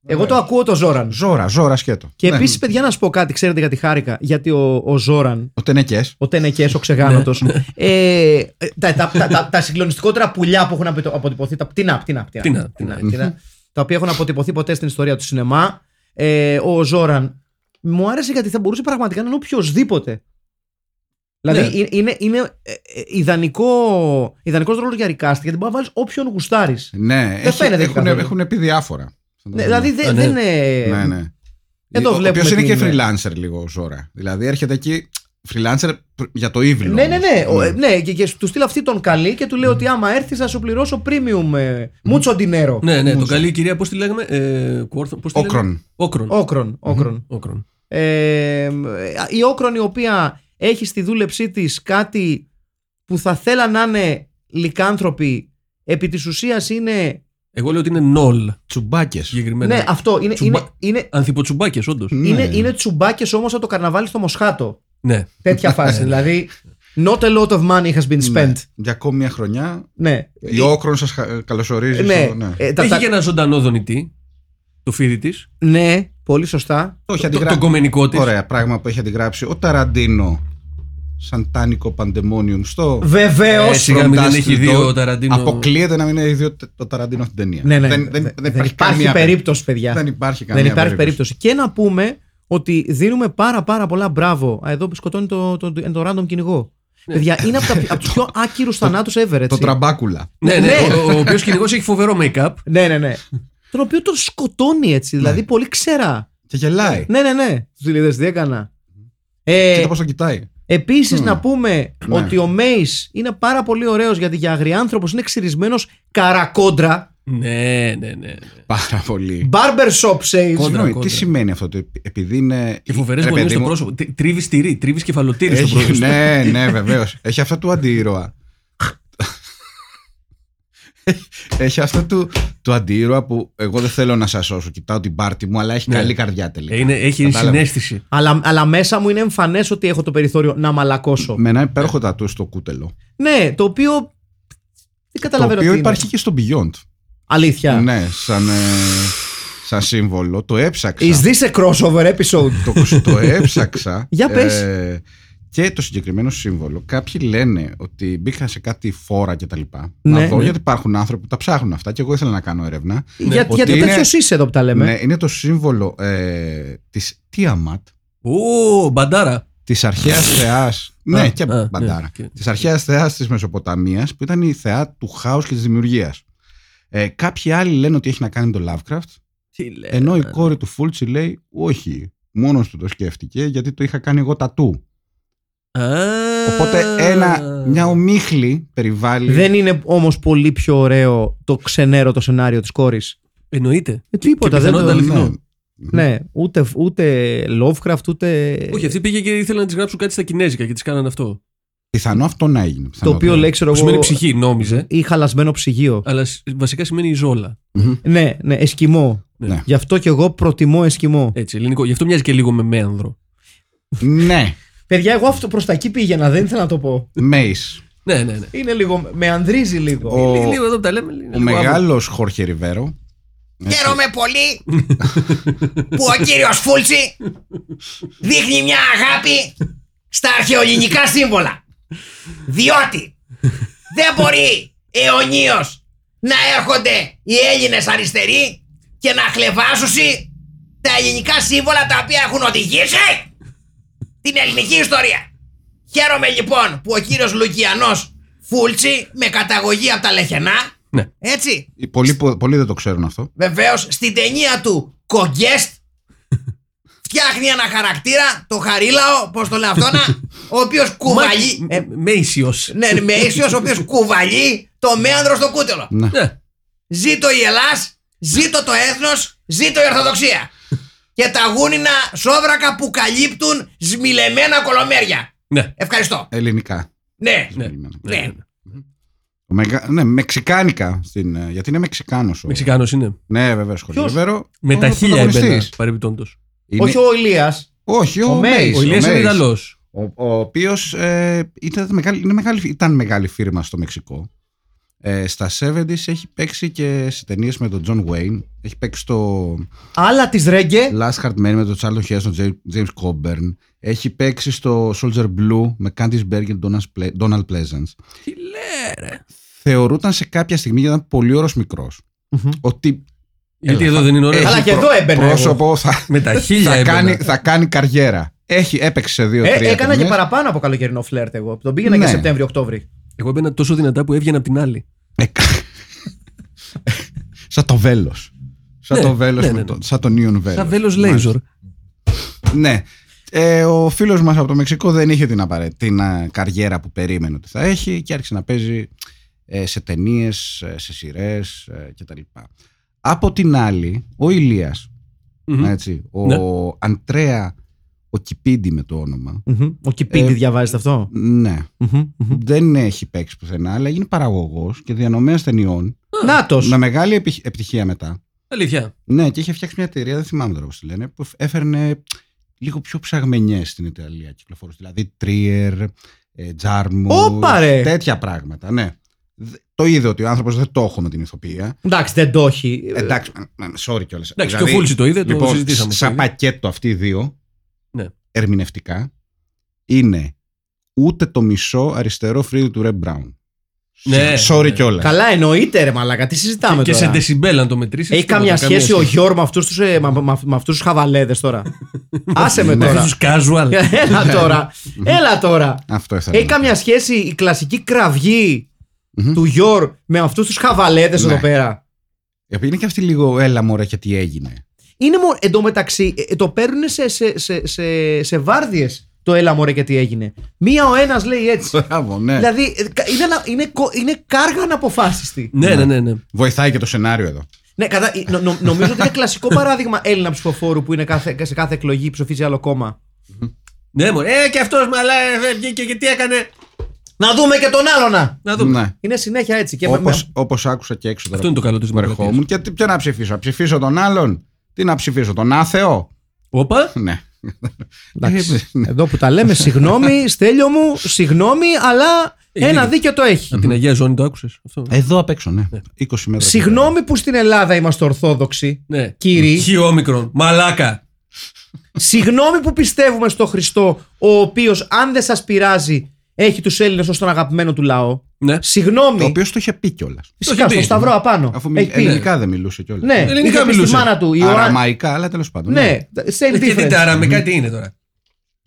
S1: Εγώ το ακούω το Ζόραν.
S3: Ζόρα, Ζόρα σκέτο.
S1: Και
S3: Ναι.
S1: επίσης, παιδιά, να σου πω κάτι, ξέρετε γιατί χάρηκα. Γιατί ο, ο Ζόραν,
S3: Ο Τενεκές.
S1: ο Τενεκές, ο ξεγάνοτο.
S2: Ναι,
S1: ε, τα, τα, τα, τα, τα συγκλονιστικότερα πουλιά που έχουν απο- αποτυπωθεί. Τα πτηνά, πτηνά. πτηνά,
S2: Πτηνά, πτηνά.
S1: πτηνά. τα οποία έχουν αποτυπωθεί ποτέ στην ιστορία του σινεμά. Ε, ο Ζόραν μου άρεσε γιατί θα μπορούσε πραγματικά να είναι οποιοδήποτε.
S2: Ναι.
S1: Δηλαδή είναι, είναι, είναι ε, ε, ιδανικό, ιδανικός ρόλος για recast γιατί μπορεί να βάλεις όποιον γουστάρεις.
S3: Ναι, έχει-
S1: φαίνεται
S3: έχουν,
S1: καθόλου.
S3: έχουν πει διάφορα.
S1: Ναι, δηλαδή δεν
S2: Α, ναι.
S1: δεν είναι...
S3: ναι, ναι.
S1: Ε, Εδώ
S3: ο
S1: βλέπουμε
S3: οποίος είναι και
S1: την-
S3: freelancer λίγο ο Ζώρα. Δηλαδή έρχεται εκεί freelancer π- για το evil.
S1: Ναι, ναι,
S3: όμως.
S1: ναι. Ο, ε, ναι και, και του στείλω αυτή τον καλή και του λέω ότι άμα έρθεις θα σου πληρώσω premium. ε, Μούτσο ντινέρο.
S2: Ναι. Ναι, ναι, τον
S3: Μούτσα.
S2: καλή κυρία, πώς τη λέγαμε. Ε, Κουόρθον, πώς τη λέγαμε?
S3: Όκρον.
S2: Όκρον.
S1: Όκρον. όκρον.
S2: Όκρον.
S1: Ε, η Όκρον η οποία έχει στη δούλεψή της κάτι που θα θέλαν να είναι λικάνθρωποι επί της ουσίας είναι...
S2: Εγώ λέω ότι είναι νολ
S3: Τσουμπάκες.
S2: συγκεκριμένα.
S1: Ναι, αυτό είναι,
S2: Τσουμπα-
S1: είναι, είναι,
S2: Ανθιποτσουμπάκες, όντως.
S1: είναι, είναι τσουμπάκες όμως από το καρναβάλι στο Μοσχάτο.
S2: Ναι. Ναι.
S1: Τέτοια φάση. δηλαδή, not a lot of money has been spent.
S3: Ναι, Για ακόμη μια χρονιά
S1: Ναι.
S3: η Όκρον σας καλωσορίζει.
S1: ναι.
S3: στο- ναι.
S1: Ε, τα-
S2: Έχει
S1: τα-
S2: και ένα ζωντανό δονητή. Το φίδι της.
S1: ναι, πολύ σωστά.
S3: Το έχει
S2: Το,
S3: αντιγράψει.
S2: το κομμενικό της.
S3: Ωραία, πράγμα που έχει αντιγράψει ο Ταραντίνο σαν τάνικο παντεμόνιουμ στο.
S1: Βεβαίως.
S2: Ε, σιγά μην
S3: From
S2: δεν
S3: Dusk
S2: έχει
S3: Till
S2: δει ο
S3: Dawn.
S2: Ταραντίνο.
S3: Αποκλείεται να μην έχει δει ο- το Ταραντίνο αυτή την ταινία.
S1: Ναι, ναι.
S3: Δεν, δεν, δεν, υπάρχει
S1: υπάρχει
S3: καμία
S1: περίπτωση, παιδιά.
S3: Δεν υπάρχει καμία
S1: Δεν υπάρχει περίπτωση. Και να πούμε ότι δίνουμε πάρα πάρα πολλά μπράβο. Α, Εδώ που σκοτώνει το, το, το, το random κυνηγό. Παιδιά, είναι από, τα, απ' τους πιο άκυρου θανάτου ever.
S3: Το
S1: Έτσι.
S3: τραμπάκουλα.
S2: Ναι, ναι.
S1: Ναι.
S2: ο ο οποίος κυνηγός έχει φοβερό make-up.
S1: Ναι, ναι, ναι. τον οποίο τον σκοτώνει έτσι. Δηλαδή,
S3: Ναι.
S1: πολύ ξέρα.
S3: Και γελάει.
S1: Ναι, ναι, ναι. Τους δηλαδή, δεν έκανα.
S3: Κοίτα
S1: Ε,
S3: πώ το κοιτάει.
S1: Επίσης,
S3: Μμμ.
S1: να πούμε
S3: Ναι.
S1: ότι ο Μέη είναι πάρα πολύ ωραίος γιατί για αγριάνθρωπο είναι ξυρισμένος καρακόντρα.
S2: Ναι, ναι, ναι.
S3: Πάρα πολύ.
S1: Barber shop saves.
S2: Κόντρα,
S3: Συγγνώμη,
S2: κόντρα.
S3: τι σημαίνει αυτό, ότι επειδή είναι.
S2: Και φοβερές
S3: Ε, Ρε,
S2: γωνίε
S3: παιδί
S2: στο
S3: μου,
S2: πρόσωπο. Τρίβεις τυρί, τρίβεις κεφαλοτήρι στο
S3: Έχει,
S2: πρόσωπο.
S3: ναι, ναι, βεβαίως. Έχει αυτά του αντίρωα. έχει αυτά του, του αντίρωα που εγώ δεν θέλω να σας σώσω. Κοιτάω την πάρτη μου, αλλά έχει
S2: Ναι.
S3: καλή καρδιά
S2: Ε,
S3: τελικά.
S2: Είναι, έχει
S3: Κατάλαβα.
S2: συνέστηση.
S1: Αλλά, αλλά μέσα μου είναι εμφανές ότι έχω το περιθώριο να μαλακώσω.
S3: Με ένα
S2: Ναι.
S3: υπέροχο τατού στο κούτελο.
S1: Ναι, το οποίο. Δεν
S3: Το
S1: καταλαβαίνω τι
S3: οποίο
S1: είναι.
S3: υπάρχει και στο Beyond.
S1: Αλήθεια.
S3: Ναι, σαν, ε, σαν σύμβολο. Το έψαξα.
S1: Is this a crossover episode?
S3: το, το έψαξα.
S1: Για πες.
S3: ε, και το συγκεκριμένο σύμβολο. Κάποιοι λένε ότι μπήκα σε κάτι φόρα κτλ.
S1: Ναι.
S3: να δω,
S1: Ναι.
S3: γιατί υπάρχουν άνθρωποι που τα ψάχνουν αυτά και εγώ ήθελα να κάνω έρευνα.
S1: Για,
S3: Ναι, ότι
S1: γιατί ο
S3: είναι-
S1: τέτοιος είσαι εδώ που τα λέμε.
S3: Ναι, είναι το σύμβολο ε, της Tiamat,
S2: Ω, μπαντάρα.
S3: της αρχαίας θεάς, ναι
S2: Α,
S3: και
S2: α, ναι,
S3: μπαντάρα,
S2: και-
S3: της αρχαίας θεάς της Μεσοποταμίας που ήταν η θεά του χάους και της δημιουργίας. Ε, κάποιοι άλλοι λένε ότι έχει να κάνει με το Lovecraft,
S2: Τι λέει.
S3: ενώ η
S1: Ε,
S3: κόρη του Φούλτσι λέει όχι, μόνος του το σκέφτηκε γιατί το είχα κάνει εγώ τατού.
S2: Α,
S3: Οπότε ένα, μια ομίχλη περιβάλλει
S1: Δεν είναι όμως πολύ πιο ωραίο το ξενέρο το σενάριο της κόρης.
S2: Εννοείται.
S1: Ε, τίποτα.
S2: και
S1: Δεν
S2: πιθανότατα
S1: το...
S2: αληθινό.
S3: ναι.
S1: Ναι, ούτε, ούτε Lovecraft, ούτε.
S3: Ε,
S2: Όχι, αυτή πήγε και ήθελε να της γράψουν κάτι στα Κινέζικα και της κάνανε αυτό.
S3: Πιθανό αυτό να έγινε.
S1: Το
S3: πιθανό
S1: οποίο
S3: αυτό.
S1: λέει, ξέρω
S2: Που σημαίνει
S1: εγώ.
S2: ψυχή, νόμιζε.
S1: Ή χαλασμένο ψυγείο.
S2: Αλλά σ- βασικά σημαίνει η ζόλα.
S3: Μμμ.
S1: Ναι, ναι, εσκιμό.
S3: Ναι.
S1: Γι' αυτό και εγώ προτιμώ εσκιμό.
S2: Έτσι, ελληνικό. Γι' αυτό μοιάζει και λίγο με μέανδρο.
S3: Ναι,
S1: Παιδιά, εγώ αυτό προς τα εκεί πήγαινα, δεν ήθελα να το πω.
S3: Mace.
S2: Ναι, ναι, ναι.
S1: Είναι λίγο. Με ανδρίζει λίγο.
S3: Ο-
S2: Λίγο, λίγο εδώ που τα λέμε. λίγο
S3: Ο
S2: άβολα.
S3: μεγάλος Χόρχε Ριβέρο
S5: Χαίρομαι πολύ που ο κύριος Φούλτσι δείχνει μια αγάπη στα αρχαιοελληνικά σύμβολα. Διότι δεν μπορεί αιωνίως να έρχονται οι Έλληνες αριστεροί και να χλεβάσουσι τα ελληνικά σύμβολα τα οποία έχουν οδηγήσει την ελληνική ιστορία. Χαίρομαι λοιπόν που ο κύριος Λουκιανός Φούλτσι με καταγωγή από τα Λεχενά
S2: Ναι.
S5: έτσι,
S3: Πολλοί, πο- πολλοί δεν το ξέρουν αυτό.
S5: Βεβαίως, στην ταινία του Κογκέστ φτιάχνει ένα χαρακτήρα, το Χαρίλαο, πώς το λέω αυτό, να, ο οποίος κουβαλεί.
S2: Ε, Μέησιο.
S5: ναι, ναι, με ίσιος, ο οποίος κουβαλεί το μέανδρο στο κούτελο.
S3: Ναι.
S2: Ναι.
S5: Ζήτω η Ελλάς, ζήτω το έθνος, ζήτω η Ορθοδοξία. Και τα γούνινα σόβρακα που καλύπτουν σμιλεμένα κολομέρια.
S2: Ναι.
S5: Ευχαριστώ.
S3: Ελληνικά.
S5: Ναι,
S2: Ναι.
S3: συγκεκριμένα.
S5: ναι.
S3: Ο μεγα- Ναι, μεξικάνικα. Στην... ε, Γιατί είναι Μεξικάνος. Ο...
S2: Μεξικάνος είναι.
S3: Ναι, βέβαια, Χορχεριβέρο.
S2: Με
S3: ο
S2: τα χίλια έμπαινα
S3: πρωταγωνιστής.
S2: παρεμπιπτόντως.
S3: Είναι-
S1: Όχι ο Ηλίας
S3: Όχι,
S1: ο
S3: ο,
S1: Μέης.
S3: Μέης,
S2: Ο Ηλία
S3: Μέης.
S2: είναι Ιταλός.
S3: Ο, ο οποίος ήταν, μεγάλη, είναι μεγάλη, ήταν μεγάλη φίρμα στο Μεξικό. Ε, στα 70s έχει παίξει και σε ταινίες με τον John Wayne. Έχει παίξει στο
S1: Άλλα της Ρέγκε.
S3: Last Hard Man με τον Charlton Heston, James- James Coburn. Έχει παίξει στο Soldier Blue με Candice Berg και τον Donald Ple- Donald Pleasance.
S2: Τι λέει, ρε.
S3: θεωρούταν σε κάποια στιγμή, γιατί ήταν πολύ όρος μικρός,
S1: Μμμ.
S3: ότι
S2: Γιατί εδώ δεν είναι ωραίος.
S1: Αλλά
S3: Έχει
S1: και εδώ έμπαινε
S3: Πρόσωπο Ε, θα,
S2: Με τα χίλια
S3: θα,
S2: έμπαινα.
S3: κάνει, θα κάνει καριέρα. Έχει, έπαιξε σε δύο-τρία.
S1: Ε, έκανα και
S3: ταινίες.
S1: παραπάνω από καλοκαιρινό φλερτ εγώ. Τον πήγαινα
S3: Ναι.
S1: και Σεπτέμβριο-Οκτώβρη.
S2: Εγώ έμπαινα τόσο δυνατά που έβγαινα απ' την άλλη.
S3: Ε, κα- σαν το βέλος. Σαν
S2: Ναι,
S3: το βέλος.
S2: ναι, ναι, ναι.
S3: Σαν το Neon Velo.
S2: Σαν βέλος λέιζορ.
S3: Ναι. Ε, ο φίλος μας από το Μεξικό δεν είχε την, απαραίτητη- την α, καριέρα που περίμενε ότι θα έχει και άρχισε να παίζει ε, σε ταινίες, σε ε, σειρέ κτλ. Από την άλλη, ο Ηλίας,
S2: Μμμ.
S3: έτσι, ο
S2: Ναι.
S3: Αντρέα, ο Κιπίντι με το όνομα,
S1: Ο Κιπίντι
S3: Ε,
S1: διαβάζετε αυτό.
S3: ναι,
S1: Μμμ, μμμ.
S3: δεν έχει παίξει πουθενά, αλλά έγινε παραγωγός και διανομέας ταινιών,
S1: Νάτος.
S3: με μεγάλη επι- επιτυχία μετά.
S2: Αλήθεια.
S3: Ναι, και είχε φτιάξει μια εταιρεία, δεν θυμάμαι τώρα πώς τη λένε, που έφερνε λίγο πιο ψαγμενιές στην Ιταλία κυκλοφορούσε. Δηλαδή Τρίερ, Τζάρμου.
S1: Όπα, ρε!
S3: Τέτοια πράγματα, ναι. Δε- Το είδε ότι ο άνθρωπος δεν το έχω με την ηθοποιία.
S1: Εντάξει, δεν το έχει.
S3: Ε, Εντάξει, ε, sorry κιόλας.
S2: Εντάξει, και ο Φούλτσι το είδε, το
S3: λοιπόν,
S2: συζητήσαμε.
S3: Σαν πακέτο αυτοί οι δύο,
S2: Ναι.
S3: ερμηνευτικά, είναι ούτε το μισό αριστερό φρύδι του Ρεμ Μπράουν.
S2: Ναι.
S3: Sorry κιόλας.
S1: Καλά, εννοείται ρε μαλάκα, τι συζητάμε
S2: Και σε
S1: τώρα.
S2: ντεσιμπέλ αν το μετρήσεις.
S1: Έχει καμία σχέση ο Γιώργο με αυτούς τους ε, μα- μα- με αυτούς τους χαβαλέδες τώρα. Άσε με
S3: Ναι.
S2: Με
S1: τώρα.
S2: αυτούς τους
S1: Ναι.
S2: Ναι, casual.
S1: Έλα τώρα. Έλα τώρα.
S3: Αυτό
S2: Ε,
S3: ήθελα.
S1: Έχει
S3: να πω.
S1: καμία σχέση η κλασική κραυγή
S3: Ναι. Μμμ.
S1: του Γιώργ με αυτούς τους χαβαλέδες
S3: Ναι.
S1: εδώ πέρα.
S3: Ε, Είναι και αυτή λίγο έλα μωρέ και τι έγινε.
S1: Είναι μο... εντωμεταξύ, ε, το παίρνουν σε, σε, σε, σε, σε βάρδιες το έλα μωρέ και τι έγινε. Μία ο ένας λέει έτσι.
S3: Μπράβο, ναι.
S1: δηλαδή ε, κα- είναι, ένα- είναι, κο- είναι κάργα να αποφάσιστη.
S2: Ναι, ναι, ναι. ναι.
S3: Βοηθάει και το σενάριο εδώ.
S1: Ναι, κατά, νο- νο- νομίζω ότι είναι κλασικό παράδειγμα Έλληνα ψηφοφόρου που είναι κάθε, σε κάθε εκλογή ψηφίζει άλλο κόμμα.
S2: Ναι, μωρέ. Ε, και αυτός μαλά ε, βγήκε και τι έκανε.
S1: Να δούμε και τον άλλο να!
S2: Να δούμε.
S3: Ναι.
S1: Είναι συνέχεια έτσι. Και με-
S3: Όπως, όπως άκουσα και έξω τώρα
S2: Αυτό είναι το καλό τη
S3: που ερχόμουν. Και τι- ποιο να ψηφίσω. Να ψηφίσω τον άλλον. Τι να ψηφίσω, τον άθεο.
S2: Όπα.
S3: Ναι.
S1: με- εντάξει, εδώ που τα λέμε, συγγνώμη, στέλιο μου, συγγνώμη, αλλά
S2: Ε,
S1: ένα
S2: είναι-
S1: δίκιο το έχει.
S2: Από την Αγία Ζώνη το άκουσες αυτό.
S3: Εδώ απ' έξω, ναι. 20 μέτρα.
S1: Συγγνώμη που στην Ελλάδα είμαστε ορθόδοξοι.
S2: Ναι.
S1: Κύριοι.
S2: Χιόμικρον. Μαλάκα.
S1: Συγγνώμη που πιστεύουμε στο Χριστό, ο οποίος, αν δεν σας πειράζει, έχει τους Έλληνες ως τον αγαπημένο του λαό.
S2: Ναι.
S1: Συγγνώμη.
S3: Το οποίο το είχε πει κιόλας.
S1: Φυσικά,
S2: έχει
S1: στο
S2: πει.
S1: Σταυρό απάνω.
S2: Ε,
S3: Αφού μιλ-
S1: έχει πει.
S3: ελληνικά δεν μιλούσε κιόλας.
S1: Ναι,
S2: Ελληνικά
S1: είχε πει στη
S2: μιλούσε.
S1: μάνα του. η Ιωάννα-
S3: Αραμαϊκά, αλλά τέλος πάντων.
S1: Ναι, same
S2: Ε, Και τι
S1: difference.
S2: τα αραμικά τι είναι τώρα.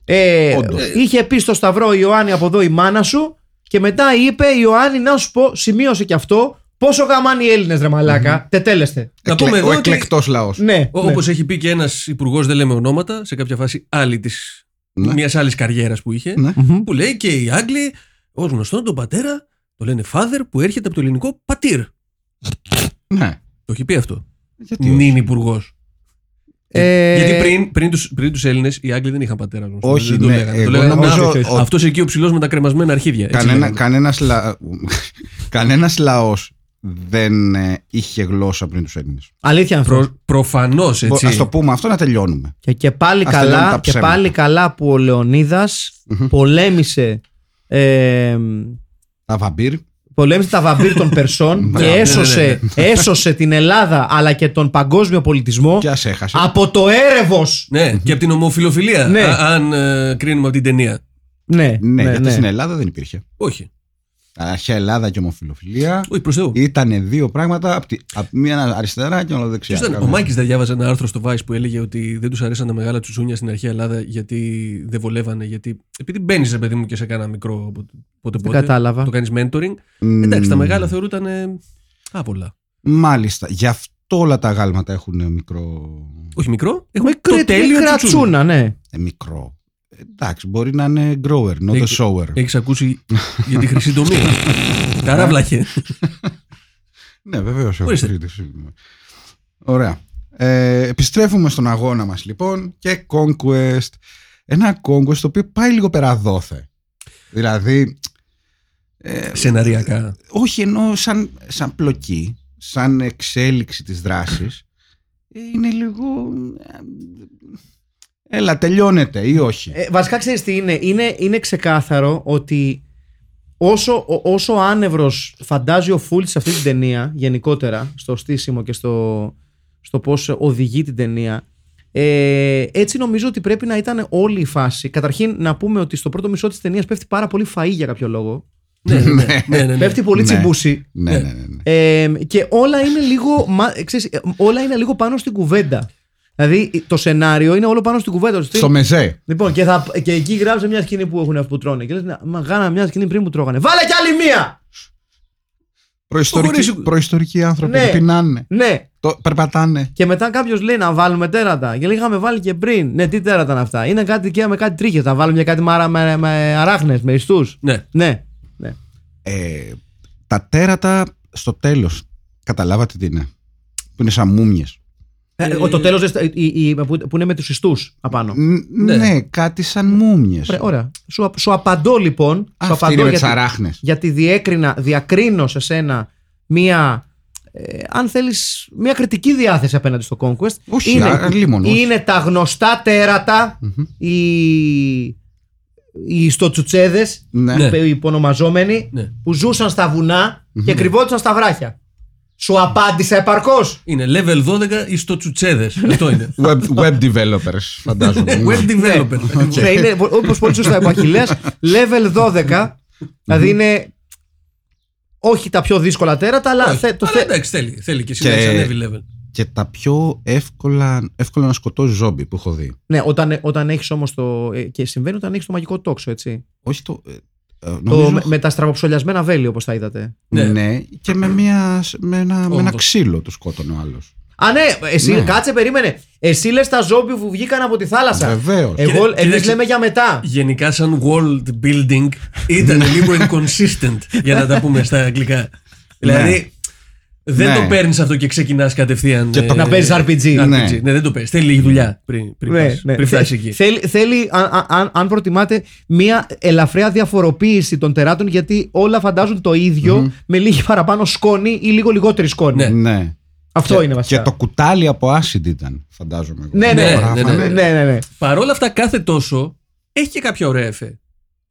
S1: Ε,
S3: Όντως.
S1: είχε πει στο Σταυρό η Ιωάννη από εδώ η μάνα σου και μετά είπε η Ιωάννη να σου πω, σημείωσε και αυτό, πόσο γαμάνε οι Έλληνες ρε μαλακα τετέλεστε.
S2: Να
S3: Εκλε-
S2: πούμε εδώ
S3: ο
S2: ότι-
S3: εκλεκτός λαός.
S1: Ναι, ναι.
S2: Όπως έχει πει και ένας υπουργός, δεν λέμε ονόματα, σε κάποια φάση άλλη της.
S3: Ναι.
S2: μιας άλλης καριέρας που είχε.
S3: Ναι.
S1: Μμμ.
S2: Που λέει και οι Άγγλοι, ως γνωστόν τον πατέρα, το λένε father που έρχεται από το ελληνικό πατήρ.
S3: Ναι.
S2: Το έχει πει αυτό.
S3: Γιατί όχι.
S2: Μην υπουργός.
S1: Ε,
S2: Γιατί πριν, πριν τους πριν τους Έλληνες, οι Άγγλοι δεν είχαν πατέρα γνωστό.
S3: Όχι,
S2: δεν το
S3: ναι,
S2: λέγανε.
S3: εγώ
S2: το λέγανε
S3: νομίζω
S2: «Α,
S3: ότι-
S2: αυτός εκεί ο ψηλός με τα κρεμασμένα αρχίδια. Έτσι
S3: Κανένα,
S2: λέγανε.
S3: κανένας, λα... κανένας λαός δεν ε, είχε γλώσσα πριν τους Έλληνες.
S1: Αλήθεια αυτό.
S2: Προ, Προφανώς έτσι.
S3: Ας το πούμε αυτό να τελειώνουμε.
S1: Και, και, πάλι
S3: Ας τελειώνουν
S1: καλά,
S3: τα
S1: και
S3: ψέματα.
S1: πάλι καλά που ο λεωνιδας πολέμησε ε,
S3: Τα βαμπύρ.
S1: πολέμησε τα βαμπύρ των Περσών και
S3: Ναι, ναι,
S1: έσωσε, έσωσε την Ελλάδα αλλά και τον παγκόσμιο πολιτισμό
S3: Και ας έχασε.
S1: από το έρευος.
S2: Ναι, και από την ομοφιλοφιλία,
S1: Ναι.
S2: α- αν ε, κρίνουμε από την ταινία.
S1: Ναι,
S3: Ναι, γιατί στην Ελλάδα δεν υπήρχε.
S2: Όχι.
S3: Αρχαία Ελλάδα και ομοφιλοφιλία
S2: Όχι, προς Θεού.
S3: ήταν δύο πράγματα από, τη, απ' μία αριστερά και όλα δεξιά.
S2: Ποιος ήταν, ο
S3: Κανένα.
S2: Μάκης δεν διάβαζε ένα άρθρο στο Vice που έλεγε ότι δεν τους αρέσαν τα μεγάλα τσουτσούνια στην αρχαία Ελλάδα γιατί δεν βολεύανε. Γιατί... Επειδή μπαίνεις, ρε παιδί μου, και σε κάνα μικρό πότε
S1: Δεν
S2: πότε.
S1: κατάλαβα.
S2: Το κάνεις mentoring.
S3: Μμμ.
S2: Εντάξει, τα μεγάλα θεωρούταν ε, άβολα.
S3: Μάλιστα. Γι' αυτό όλα τα γάλματα έχουν μικρό.
S2: Όχι μικρό, έχουν
S1: Μικρή-
S2: το τέλειο
S1: μικρά
S2: τσουτσούνι.
S1: τσούνα, ναι.
S3: Ε, μικρό. Ε, Εντάξει, μπορεί να είναι grower, not a
S2: Έχει-
S3: shower.
S2: Έχεις ακούσει για τη χρυσή τομή. Καράβλαχε.
S3: Ναι, βεβαίως.
S2: Ορίστε.
S3: Ωραία. Ε, επιστρέφουμε στον αγώνα μας λοιπόν και Conquest. Ένα Conquest το οποίο πάει λίγο πέρα δόθε. Δηλαδή,
S2: Σεναριακά.
S3: όχι ενώ σαν, σαν πλοκή, σαν εξέλιξη της δράσης, ε, είναι λίγο... ε, Έλα, τελειώνεται ή όχι.
S1: Ε, βασικά ξέρεις τι είναι. είναι. Είναι ξεκάθαρο ότι όσο, ο- όσο άνευρος φαντάζει ο Φούλτς σε αυτή την ταινία γενικότερα στο στήσιμο και στο, στο πώς οδηγεί την ταινία ε, έτσι νομίζω ότι πρέπει να ήταν όλη η φάση. Καταρχήν να πούμε ότι στο πρώτο μισό της ταινίας πέφτει πάρα πολύ φαΐ για κάποιο λόγο.
S2: Ναι, ναι, ναι, ναι, ναι.
S1: Πέφτει πολύ
S3: Ναι.
S1: τσιμπούση.
S3: ναι, ναι, ναι. ναι.
S1: Ε, και όλα είναι, λίγο, μα- ξέρεις, ε, όλα είναι λίγο πάνω στην κουβέντα. Δηλαδή το σενάριο είναι όλο πάνω στην κουβέντα. Στο
S3: Στο
S1: στυλ-
S3: μεζέ.
S1: Λοιπόν, και, θα, και εκεί γράψε μια σκηνή που έχουν αυτού που τρώνε. Και λες, «Να- μα γάνα μια σκηνή πριν που τρώγανε. Βάλε κι άλλη μία!
S3: Προϊστορικοί,
S2: Χωρίς-
S3: προϊστορικοί άνθρωποι
S1: Ναι.
S3: που πεινάνε.
S1: Ναι,
S3: Το, περπατάνε.
S1: και μετά κάποιος λέει να βάλουμε τέρατα. Και λέει, είχαμε βάλει και πριν. Ναι, τι τέρατα είναι αυτά. Είναι κάτι και με κάτι τρίχες. Θα βάλουμε και κάτι με, αρα- με, με αράχνες, με ιστούς.
S2: Ναι.
S1: Ναι, ναι.
S3: Ε, τα τέρατα στο τέλος. Καταλάβατε τι είναι. Που είναι σαν μούμιες.
S1: Ε, ο- το τέλος που, που είναι με τους ιστούς απάνω.
S3: Ν-
S2: Ναι.
S3: Ναι. κάτι σαν μούμιες.
S1: Ωραία, ωραία. Σου, απ- σου απαντώ λοιπόν. σου
S3: Αυτή
S1: απαντώ
S3: είναι με
S1: γιατί-
S3: τις αράχνες.
S1: γιατί διέκρινα, διακρίνω σε σένα μία, ε, αν θέλεις, μία κριτική διάθεση απέναντι στο Conquest.
S3: Όχι, α, λίμωνο, όχι.
S1: είναι τα γνωστά τέρατα, οι, οι ιστοτσουτσέδες,
S3: Ναι.
S2: Ναι.
S1: οι υπονομαζόμενοι,
S2: Ναι.
S1: που ζούσαν στα βουνα και κρυβόντουσαν στα βράχια. Σου απάντησα επαρκώς.
S2: Είναι level 12 στο τσουτσέδες. Αυτό είναι.
S3: Web, web developers, φαντάζομαι.
S2: Web developer.
S3: Ναι. Οκ.
S1: Ναι, είναι, όπως πολύ σωστά είπε ο Αχιλλέας, level 12, δηλαδή είναι όχι τα πιο δύσκολα τέρατα, αλλά θε- το,
S2: Αλλά
S1: θε,
S2: εντάξει, θέλει, θέλει και
S3: Και-
S2: συνέχεια ανέβει level.
S3: και τα πιο εύκολα, εύκολα να σκοτώσει ζόμπι που έχω δει.
S1: Ναι, όταν, όταν έχεις όμως το. ε, και συμβαίνει όταν έχεις το μαγικό τόξο, έτσι.
S3: Όχι το. ε, ε,
S1: Το,
S3: νομίζω,
S1: με, με τα στραβοψολιασμένα βέλη, όπως τα είδατε.
S3: ναι.
S2: Ναι.
S3: και με, μια, με, ένα, με ένα
S2: Όντως.
S3: ξύλο το σκότωνε ο άλλος.
S1: Α, ναι, εσύ,
S3: Ναι.
S1: κάτσε, περίμενε. Εσύ λες τα ζόμπι που βγήκαν από τη θάλασσα.
S3: Βεβαίως.
S1: Εγώ,
S2: Κοίτα-
S1: εμεί
S2: κοίταξε.
S1: λέμε για μετά.
S2: Γενικά σαν world building ήταν λίγο inconsistent για να τα πούμε στα αγγλικά. δηλαδή δεν
S3: Ναι.
S2: το παίρνεις αυτό και ξεκινάς κατευθείαν.
S3: Και το-
S2: ε,
S3: Να
S1: παίζεις RPG.
S3: Ναι.
S2: Ναι. δεν το παίζει. Θέλει λίγη δουλειά πριν, πριν, πας, πριν φτάσεις
S1: Ναι, Θε-
S2: εκεί.
S1: Θέλει, θέλει αν, αν- αν, αν προτιμάτε, μία ελαφραία διαφοροποίηση των τεράτων γιατί όλα φαντάζουν το ίδιο με λίγη παραπάνω σκόνη ή λίγο λιγότερη σκόνη.
S2: Ναι.
S3: Ναι.
S1: Αυτό είναι βασικά.
S3: Και το κουτάλι από άσιντ ήταν, φαντάζομαι. εγώ.
S1: Ναι, ναι,
S2: Ναι,
S3: Γράφανε.
S2: ναι,
S1: ναι, ναι. ναι.
S2: Παρ' όλα αυτά, κάθε τόσο έχει και κάποια ωραία εφέ.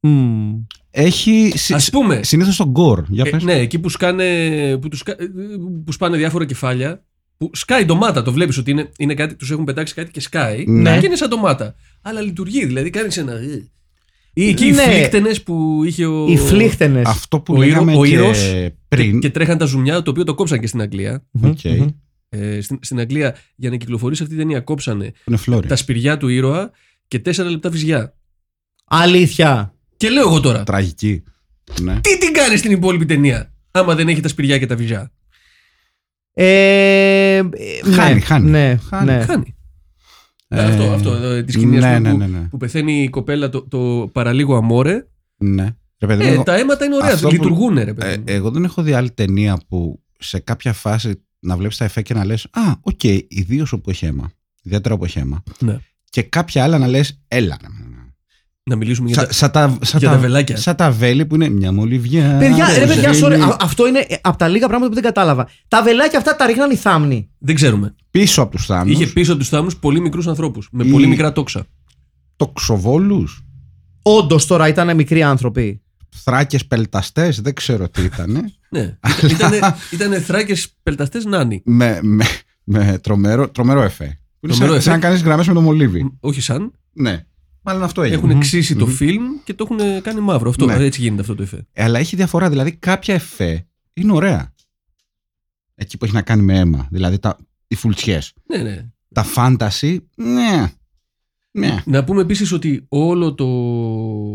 S1: Μμμ.
S3: Έχει.
S2: Ας πούμε.
S3: Συνήθως τον γκορ. Για
S2: Ε,
S3: πες.
S2: ναι, εκεί που, σκάνε, που, τους, σκα- ε, που σπάνε διάφορα κεφάλια, που σκάει ντομάτα. Το βλέπεις ότι είναι, είναι κάτι, τους έχουν πετάξει κάτι και σκάει.
S3: Ναι.
S2: Και είναι σαν ντομάτα. Αλλά λειτουργεί, δηλαδή κάνεις ένα. «Ε». Ή εκεί οι
S1: Ναι.
S2: φλίχτενες που είχε ο.
S1: Οι φλίχτενες.
S3: Αυτό που
S2: Ο
S3: λέγαμε
S2: ήρο- ο
S3: και
S2: ήρος
S3: πριν.
S2: Και τρέχαν τα ζουμιά, το οποίο το κόψαν και στην Αγγλία.
S3: Οκ.
S2: Ε, στην, στην Αγγλία, για να κυκλοφορήσει αυτή η ταινία, κόψανε
S3: Είναι φλόρι.
S2: τα σπηριά του ήρωα και τέσσερα λεπτά βυζιά.
S1: Αλήθεια.
S2: Και λέω εγώ τώρα,
S3: Τραγική. Ναι.
S2: τι την κάνεις στην υπόλοιπη ταινία, άμα δεν έχει τα σπηριά και τα βυζιά.
S1: Ε, ε, ναι,
S3: Χάνει, χάνει.
S1: Ναι,
S3: Χάνει,
S1: ναι.
S2: Κάνει.
S3: Ε,
S2: αυτό, αυτό εδώ, της σκηνής
S3: ναι,
S2: που,
S3: ναι, ναι, ναι.
S2: που πεθαίνει η κοπέλα το, το παραλίγο αμόρε.
S3: Ναι. Ρε παιδί μου,
S2: Ε,
S3: εγώ-
S2: τα αίματα είναι ωραία,
S3: αυτό που-
S2: λειτουργούν, ρε παιδί.
S3: Ε,
S2: μου.
S3: εγώ δεν έχω δει άλλη ταινία που σε κάποια φάση να βλέπεις τα εφέ και να λες: Α, οκ, ιδίως όπου έχει αίμα. Ιδιαίτερα όπου έχει αίμα.
S2: Ναι.
S3: Και κάποια άλλα να λες: Έλα. ρε, μάνα».
S2: να μιλήσουμε για
S3: Σα,
S2: τα.
S3: σαν τα, σαν
S2: για
S3: τα,
S2: τα βελάκια.
S3: Σαν τα βέλη που είναι μια μολυβιά.
S1: Παιδιά, ρε
S3: δεν
S1: παιδιά,
S3: είναι.
S1: sorry, α- αυτό είναι από τα λίγα πράγματα που δεν κατάλαβα. Τα βελάκια αυτά τα ρίχναν οι θάμνοι.
S2: Δεν ξέρουμε.
S3: Πίσω από τους θάμνους.
S2: Είχε πίσω τους θάμνους πολύ μικρούς ανθρώπους. Με
S3: Ή-
S2: πολύ μικρά τόξα.
S3: Τοξοβόλους.
S1: Όντως τώρα ήταν μικροί άνθρωποι.
S3: Θράκες πελταστές. Δεν ξέρω τι ήταν.
S2: Ναι. ήτανε, ήτανε θράκες πελταστές νάνι.
S3: με, με, με τρομερό, τρομερό εφέ. Που είναι
S2: Τρομερό εφέ.
S3: σαν, σαν να κάνεις γραμμές με το μολύβι.
S2: Όχι σαν.
S3: Ναι. Μάλλον αυτό έγινε.
S2: Έχουν ξύσει το φιλμ και το έχουν κάνει μαύρο. Αυτό,
S3: Ναι.
S2: Έτσι γίνεται αυτό το εφέ.
S3: Ε, Αλλά έχει διαφορά. Δηλαδή, κάποια εφέ είναι ωραία. Εκεί που έχει να κάνει με αίμα. Δηλαδή, τα, οι φουλτσιές.
S2: Ναι, ναι.
S3: Τα φάνταση. Ναι. Ναι.
S2: Να πούμε επίσης ότι όλο το,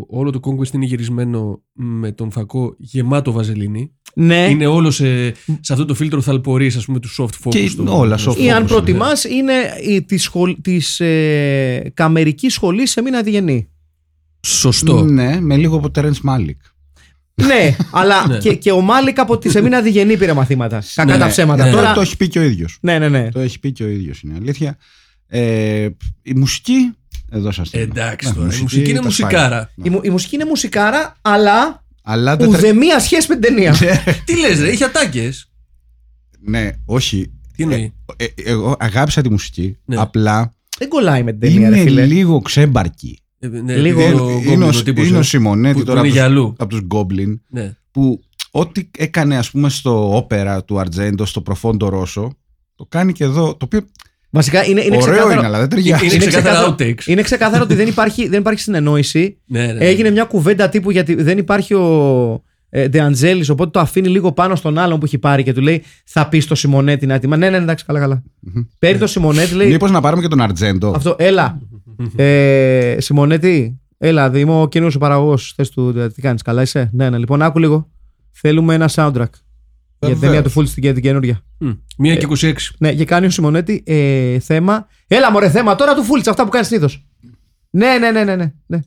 S2: όλο το Conquest είναι γυρισμένο με τον φακό γεμάτο βαζελίνη.
S1: Ναι.
S2: Είναι όλος σε, σε αυτό το φίλτρο θαλπορή, ας πούμε, τους soft focus.
S3: Και
S2: του-
S3: όλα soft
S1: Ή αν
S3: focus,
S1: προτιμάς, είναι τη της, ε, καμερική σχολή σε μήνα διγενή.
S2: Σωστό.
S3: Ναι, με λίγο από Terence Μάλικ.
S1: ναι, αλλά
S2: Ναι.
S1: και, και ο Μάλικ από τη σε μήνα διγενή πήρε μαθήματα. Κακά τα ψέματα.
S2: ναι.
S1: Τώρα.
S3: Το έχει πει και ο ίδιος.
S1: Ναι, ναι, ναι.
S3: Το έχει πει και ο ίδιος, είναι αλήθεια. Ε, η μουσική. Εδώ Ναι, σας
S2: Εντάξει τώρα. Η μουσική είναι μουσικάρα.
S1: Η, μου- η μουσική είναι μουσικάρα, αλλά
S3: Αλλά δεν τρε-
S1: ουδεμία σχέση με την ταινία.
S2: Τι λες, ρε, είχε ατάκες.
S3: Ναι, όχι.
S2: Τι εννοεί.
S3: Ε, ε, εγώ αγάπησα τη μουσική.
S2: Ναι.
S3: Απλά
S1: Δεν κολλάει με την ταινία, ρε
S3: είναι
S1: φίλε.
S3: λίγο ξέμπαρκη.
S2: Ε, ναι,
S1: λίγο-
S2: επειδή
S3: Είναι,
S2: ο
S3: είναι, ο,
S2: Γκόμπλιν ο τύπος,
S3: είναι
S2: ε,
S3: ο Σιμονέτη
S2: που- που
S3: τώρα
S2: είναι για αλλού.
S3: από τους Goblin
S2: Ναι.
S3: που ό,τι έκανε ας πούμε στο όπερα του Αρτζέντο στο προφόντο Ρώσο το κάνει και εδώ το οποίο
S1: Βασικά είναι, είναι
S3: ωραίο
S1: ξεκάθαρο.
S3: είναι αλλά δεν ταιριάζει.
S2: Είναι ξεκάθαρα outtakes.
S1: είναι ξεκάθαρο ότι δεν υπάρχει, δεν υπάρχει συνεννόηση.
S2: Ναι, ναι, ναι.
S1: Έγινε μια κουβέντα τύπου γιατί δεν υπάρχει ο. ε, Ντεαντζέλη, οπότε το αφήνει λίγο πάνω στον άλλον που έχει πάρει και του λέει: Θα πεις στο Σιμονέτη να ετοιμάσει. Ναι, ναι, ναι, εντάξει, καλά, καλά. Παίρνει το Σιμονέτη, λέει:
S2: Λοιπόν.
S3: Μήπως να πάρουμε και τον Αρτζέντο.
S1: Αυτό, έλα. ε, Σιμονέτη, έλα, δη, είμαι ο καινούριο παραγωγός. Θες του. Τι κάνεις, καλά είσαι. Ναι, ναι, λοιπόν, άκου λίγο. Θέλουμε ένα soundtrack. Για την ταινία του Φούλτ στην την καινούργια.
S2: Μμ. Μία και 26.
S1: Ναι, και κάνει ο Σιμονέτη ε, θέμα. Έλα, μωρέ, θέμα τώρα του Φούλτ, αυτά που κάνεις συνήθως. Ναι, ναι, ναι, ναι, ναι, ναι.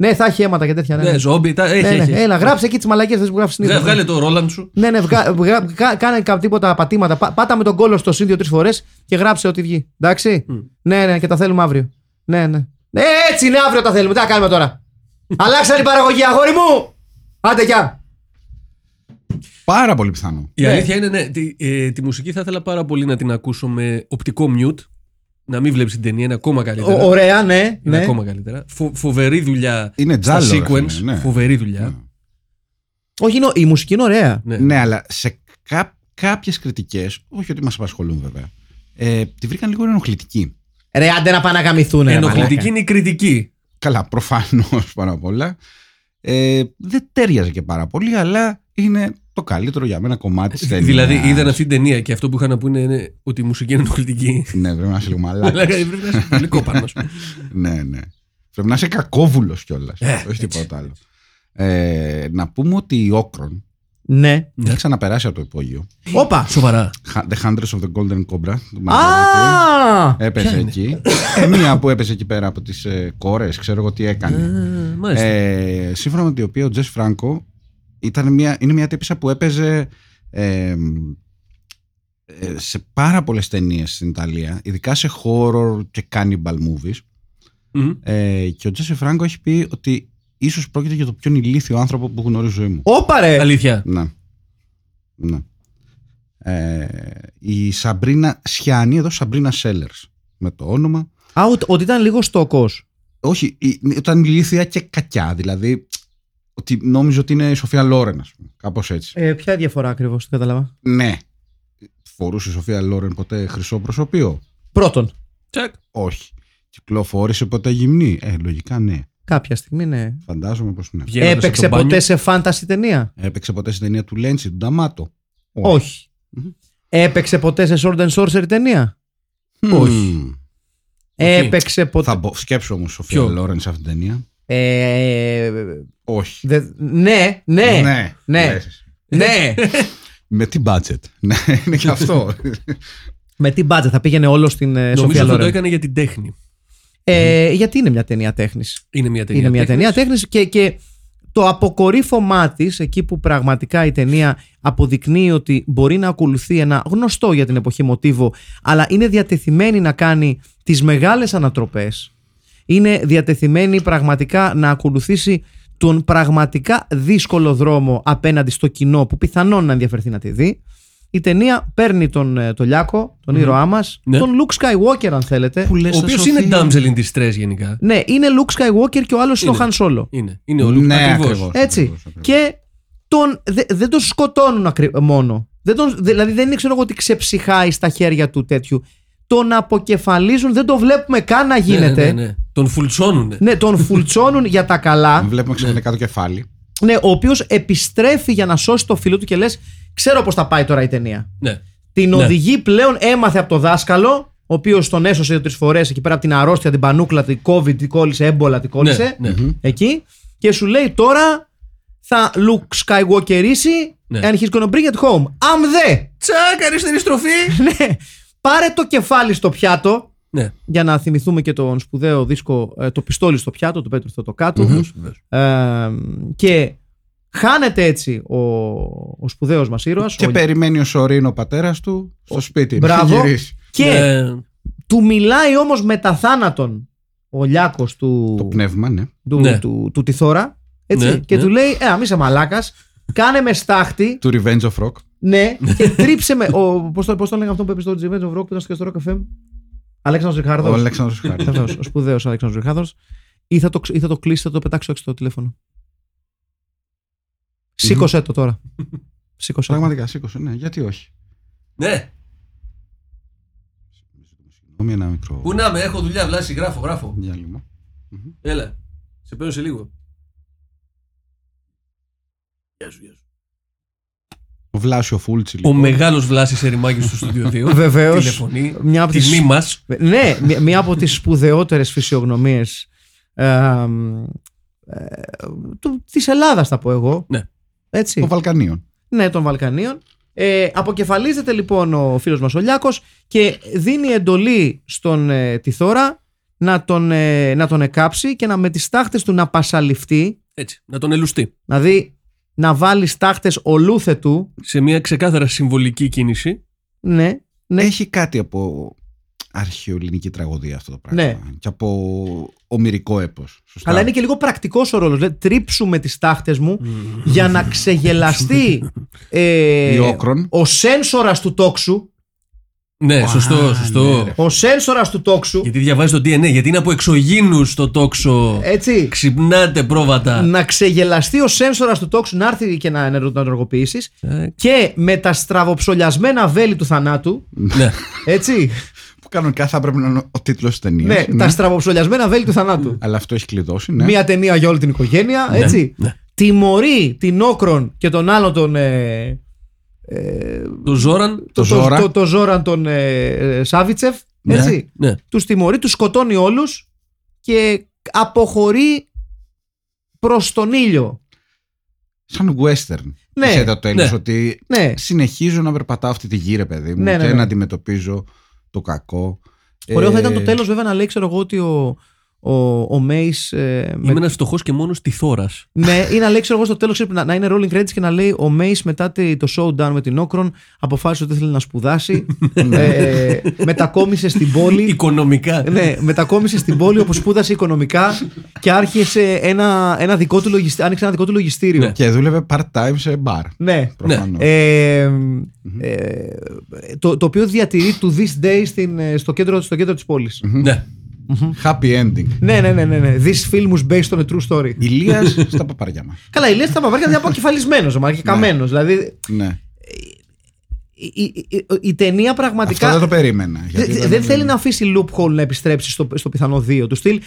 S1: Ναι, θα έχει αίματα και τέτοια. Ναι, ναι.
S2: Ναι, ζόμπι, τα έχει.
S1: Ναι, ναι.
S2: έχει.
S1: Έλα, γράψε εκεί τις μαλακίε που γράφεις
S2: Βγά-
S1: συνήθως.
S2: Βγάλε το Ρόλαντ σου.
S1: Ναι, ναι, βγα, βγα, κα- κάνε κά- τίποτα πατήματα. Πά, πάτα με τον κόλο στο σύνδιο τρεις φορές και γράψε ό,τι βγει. Εντάξει. Ναι, ναι, και τα θέλουμε αύριο. Ναι, ναι. Ναι, έτσι είναι αύριο τα θέλουμε. Τι να κάνουμε τώρα. Αλλάξαν η παραγωγή, αγόρι μου! Άντε γεια!
S3: Πάρα πολύ πιθανό.
S2: Η αλήθεια είναι, ναι, τη, ε, τη μουσική θα ήθελα πάρα πολύ να την ακούσω με οπτικό mute. Να μην βλέπεις την ταινία, είναι ακόμα
S1: Ο-
S2: καλύτερα.
S1: Ωραία, ναι.
S2: Ε, Είναι
S1: ναι.
S2: ακόμα καλύτερα. Φο- φοβερή δουλειά
S3: Είναι
S2: στα
S3: τζάλο, ρε
S2: sequence.
S3: φίλε, ναι.
S2: Φοβερή δουλειά.
S1: Όχι, είναι- η μουσική είναι ωραία.
S2: Ναι.
S3: Ναι, αλλά σε κά, κάποιες κριτικές, όχι ότι μας απασχολούν βέβαια, ε, τη βρήκαν λίγο ενοχλητική.
S1: Ρε, άντε να πάνε να γαμηθούν. ρε, ναι, μαλάκα.
S2: Ενοχλητική είναι η κριτική.
S3: Καλά, προφανώς πάνω απ' όλα. Ε, δεν τέριαζε και πάρα πολύ, αλλά είναι το καλύτερο για μένα κομμάτι ε, της ταινίας.
S2: Δηλαδή είδαν αυτή την ταινία και αυτό που είχαν να πούνε είναι ότι η μουσική είναι ενοχλητική.
S3: Ναι, πρέπει να είσαι λίγο
S2: Αλλά
S3: μαλάκα.
S2: πρέπει να είσαι πολύ κόπανος.
S3: ναι, ναι. Πρέπει να είσαι κακόβουλος κιόλας.
S2: Ε,
S3: όχι
S2: έτσι.
S3: τίποτα άλλο. Ε, να πούμε ότι η Όκρον
S1: Ναι.
S3: έχει ξαναπεράσει από το υπόγειο.
S1: Όπα!
S2: Σοβαρά.
S3: The Hundreds of the Golden Cobra. του Μαργαρίτη.
S1: Α!
S3: Έπεσε εκεί. Ε, μία που έπεσε εκεί πέρα από τις ε, κόρες, ξέρω εγώ τι έκανε.
S2: Ε, Μάλιστα.
S3: ε, σύμφωνα με την οποία ο Τζες Φράνκο ήταν μια, είναι μια τύπησα που έπαιζε ε, ε, σε πάρα πολλές ταινίες στην Ιταλία, ειδικά σε horror και cannibal movies.
S2: Μμμ.
S3: Ε, και ο Τζέσι Φράγκο έχει πει ότι ίσως πρόκειται για το πιο ηλίθιο άνθρωπο που γνωρίζω ζωή μου.
S1: Όπα ρε!
S2: Αλήθεια.
S3: Ναι. Ναι. Ε, η Σαμπρίνα Σιάνι, εδώ Σαμπρίνα Σέλερς με το όνομα.
S1: Α, ότι- ότι ήταν λίγο στόκος.
S3: Όχι, η- ήταν ηλίθια και κακιά, δηλαδή ότι νόμιζε ότι είναι η Σοφία Λόρεν, ας πούμε, κάπως έτσι.
S1: Ε, ποια διαφορά ακριβώς, δεν κατάλαβα.
S3: Ναι. Φορούσε η Σοφία Λόρεν ποτέ χρυσό προσωπείο.
S1: Πρώτον,
S2: Τσακ.
S3: Όχι. Κυκλοφόρησε ποτέ γυμνή. Ε, λογικά ναι.
S1: κάποια στιγμή, ναι.
S3: Φαντάζομαι πως ναι.
S2: Βγαίνοντας από
S1: Έπαιξε
S2: το μπάνιο.
S1: ποτέ σε φάνταση ταινία.
S3: Έπαιξε ποτέ στην ταινία του Λέντσι, του Νταμάτο.
S1: Όχι. Έπαιξε ποτέ σε Sword and Sorcery ταινία.
S3: Όχι.
S1: Έπαιξε ποτέ.
S3: Mm. Θα μπο- σκέψω όμως Σοφία
S2: Ποιο?
S3: Λόρεν σε αυτήν την ταινία.
S1: Ε,
S3: Όχι.
S1: δε- Ναι, ναι, ναι.
S3: ναι. λες. Με τι budget. Ναι, είναι και αυτό.
S1: Με τι μπάτζα θα πήγαινε όλο στην ε,
S2: Νομίζω
S1: Σοφία
S2: ότι το
S1: Λόρεν.
S2: έκανε για την τέχνη.
S1: Ε, γιατί είναι μια ταινία τέχνης.
S2: Είναι μια ταινία.
S1: Είναι μια
S2: τέχνης.
S1: ταινία τέχνης και, και το αποκορύφωμά της, εκεί που πραγματικά η ταινία αποδεικνύει ότι μπορεί να ακολουθεί ένα γνωστό για την εποχή μοτίβο, αλλά είναι διατεθειμένη να κάνει τις μεγάλες ανατροπές. Είναι διατεθειμένη πραγματικά να ακολουθήσει τον πραγματικά δύσκολο δρόμο απέναντι στο κοινό που πιθανόν να ενδιαφερθεί να τη δει. Η ταινία παίρνει τον, ε, τον Λιάκο, τον ήρωά μας,
S2: Ναι.
S1: τον Luke Skywalker, αν θέλετε.
S3: λες,
S2: Ο οποίος είναι damsel in distress γενικά.
S1: Ναι, είναι Luke Skywalker και ο άλλος είναι ο
S2: Είναι.
S1: Han Solo.
S2: Είναι. Είναι ο Λουκ.
S3: Ναι,
S2: ακριβώς.
S3: ακριβώς.
S1: Έτσι.
S3: Ακριβώς, ακριβώς.
S1: Και τον, δε- δεν τον σκοτώνουν ακρι- μόνο. Δεν τον, δε- δηλαδή δεν είναι ξέρω εγώ ότι ξεψυχάει στα χέρια του τέτοιου. Τον αποκεφαλίζουν, δεν το βλέπουμε καν να γίνεται.
S2: Ναι, ναι, ναι. Τον φουλτσώνουνε.
S1: Ναι, τον φουλτσώνουν για τα καλά.
S3: Βλέπουμε ξαφνικά το κεφάλι.
S1: Ναι, ο οποίος επιστρέφει για να σώσει το φίλο του και λες: Ξέρω πώς θα πάει τώρα η ταινία.
S2: Ναι.
S1: Την
S2: Ναι.
S1: οδηγεί πλέον, έμαθε από το δάσκαλο, ο οποίος τον έσωσε τρει φορές εκεί πέρα από την αρρώστια, την πανούκλα, την COVID, την κόλλησε, έμπολα, την κόλλησε.
S2: ναι.
S1: εκεί και σου λέει τώρα θα Luke Skywalkerίσει
S2: Ναι.
S1: and he's gonna bring it home. I'm there.
S2: Τσακ, αριστερή στροφή.
S1: ναι. Πάρε το κεφάλι στο πιάτο
S2: Ναι.
S1: για να θυμηθούμε και τον σπουδαίο δίσκο ε, «Το πιστόλι στο πιάτο» του Πέτρου Θεοτοκάτου ε, και χάνεται έτσι ο, ο σπουδαίος μας ήρωας
S3: Και
S1: ο-
S3: περιμένει ο Σωρίν ο πατέρας του στο σπίτι. να
S1: Μπράβο.
S3: γυρίσει.
S1: και
S2: Ε,
S1: του μιλάει όμως μετά θάνατον ο Λιάκος του,
S3: Το πνεύμα, ναι.
S1: του,
S2: Ναι.
S1: του, του Τυθώρα έτσι,
S2: Ναι,
S1: και
S2: ναι.
S1: του λέει «Ε, μη είσαι μαλάκας, κάνε με στάχτη
S3: Του Revenge of Rock.
S1: Ναι, και τρίψε με. Ο, πώς, το, πώς το λέγανε αυτό που είπε στο Τζιβέντζο Βρόκ που ήταν στο- στο Rock FM. Αλέξανδρος
S3: Ο
S1: Ριχάρδος.
S3: Αλέξανδρος Χάρη.
S1: Αυτός, ο σπουδαίος Αλέξανδρος Ριχάρδος. Ή θα το, ξ- ή θα το κλείσει, θα το πετάξω έξω το τηλέφωνο. Σήκωσέ το τώρα. Σήκωσέ το.
S3: Πραγματικά, σήκωσε, ναι. Γιατί όχι.
S2: ναι.
S3: Συγγνώμη, ένα μικρό
S2: Πού να με, έχω δουλειά, βλάση, γράφω, γράφω.
S3: διάλειμμα.
S2: Έλα. Σε παίρνω σε λίγο. Γεια σου, γεια σου.
S3: Ο Βλάσιο Φούλτσι.
S2: Ο
S3: Λοιπόν.
S2: μεγάλος Βλάσης Ερημάκης του Στούντιο 2.
S1: Βεβαίως.
S2: Τηλεφωνεί.
S1: Μια από τις-
S2: Τιμή μα.
S1: Ναι, μία- μία από τις σπουδαιότερες φυσιογνωμίες ε, ε, του- της Ελλάδας θα πω εγώ.
S2: Ναι.
S1: Έτσι.
S3: Των Βαλκανίων.
S1: Ναι, των Βαλκανίων. Ε, αποκεφαλίζεται λοιπόν ο φίλος μας ο Λιάκος και δίνει εντολή στον ε, Τυθώρα να τον, ε, να τον εκάψει και να με τις τάχτες του να πασαλιφτεί,
S2: Έτσι. Να τον ελουστεί.
S1: δηλαδή να βάλεις στάχτες ολούθετου,
S2: Σε μια ξεκάθαρα συμβολική κίνηση.
S1: ναι, ναι,
S3: Έχει κάτι από αρχαιοελληνική τραγωδία αυτό το πράγμα.
S1: Ναι.
S3: Και από ομυρικό έπος. Σωστά.
S1: αλλά είναι και λίγο πρακτικός ο ρόλος, δηλαδή τρίψουμε τις τάχτες μου για να ξεγελαστεί ε,
S3: Mm. Η όκρον.
S1: ο σένσορας του τόξου,
S2: Ναι, σωστό, σωστό.
S1: ο σένσορας του τόξου,
S2: Γιατί διαβάζεις το DNA, γιατί είναι από εξωγήνου το τόξο.
S1: έτσι,
S2: Ξυπνάτε πρόβατα.
S1: να ξεγελαστεί ο σένσορας του τόξου να έρθει και να να τον ενεργοποιήσει.
S2: Ε,
S1: Και με τα στραβοψολιασμένα βέλη του θανάτου.
S2: Ναι.
S1: Έτσι.
S3: Που κανονικά θα έπρεπε να είναι ο τίτλος της ταινίας.
S1: ναι, τα στραβοψολιασμένα βέλη του θανάτου.
S3: Αλλά αυτό έχει κλειδώσει. Ναι.
S1: Μία ταινία για όλη την οικογένεια.
S2: Ναι.
S1: Έτσι. Τιμωρεί την Όκρον και τον άλλο τον. ε,
S2: Το Ζόραν.
S3: Το Ζόρα.
S1: Το, το Ζόραν τον ε, ε, Σάβιτσεφ.
S2: Ναι,
S1: Έτσι.
S2: ναι.
S1: Τους τιμωρεί, τους σκοτώνει όλους και αποχωρεί προς τον ήλιο.
S3: Σαν western.
S1: Ναι.
S3: Ξέρετε το τέλος
S2: Ναι.
S3: ότι
S1: Ναι.
S3: συνεχίζω να περπατάω αυτή τη γύρε, παιδί μου,
S1: Ναι, ναι,
S3: και
S1: ναι.
S3: να αντιμετωπίζω το κακό.
S1: Ωραίο θα
S3: Ε,
S1: ήταν το τέλος, βέβαια, να λέει, ξέρω εγώ, ότι ο, ο, ο Μέης, ε, με-
S2: Είμαι ένα φτωχός και μόνος τυθώρα.
S1: Ναι, ή να λέει, ξέρω εγώ, στο τέλος να, να είναι rolling credits και να λέει ο Μέης μετά τη- το showdown με την Όκρον αποφάσισε ότι θέλει να σπουδάσει. ε, μετακόμισε στην πόλη.
S2: Οικονομικά.
S1: ναι, μετακόμισε στην πόλη όπου σπούδασε οικονομικά και άρχισε ένα, ένα δικό του λογιστή- άνοιξε ένα δικό του λογιστήριο. Ναι.
S3: Και δούλευε part-time σε μπαρ. Προφανώς.
S1: Ε, ε, το, το οποίο διατηρεί to this day στην, ε, στο, κέντρο, στο κέντρο της πόλης.
S2: Ναι.
S3: Happy ending.
S1: ναι, ναι, ναι, ναι, ναι. This film was based on a true story.
S3: Ηλίας στα παπάρια μας.
S1: Καλά, η Λέστα θα παπάρει γιατί αποκεφαλισμένο, και καμένος. Δηλαδή,
S3: Ναι.
S1: η, η, η- η ταινία πραγματικά.
S3: Αυτό δεν το περίμενα.
S1: δε-
S3: γιατί
S1: δε-
S3: ήταν-
S1: δεν θέλει να αφήσει loophole να επιστρέψει στο, στο πιθανό δύο του στυλ.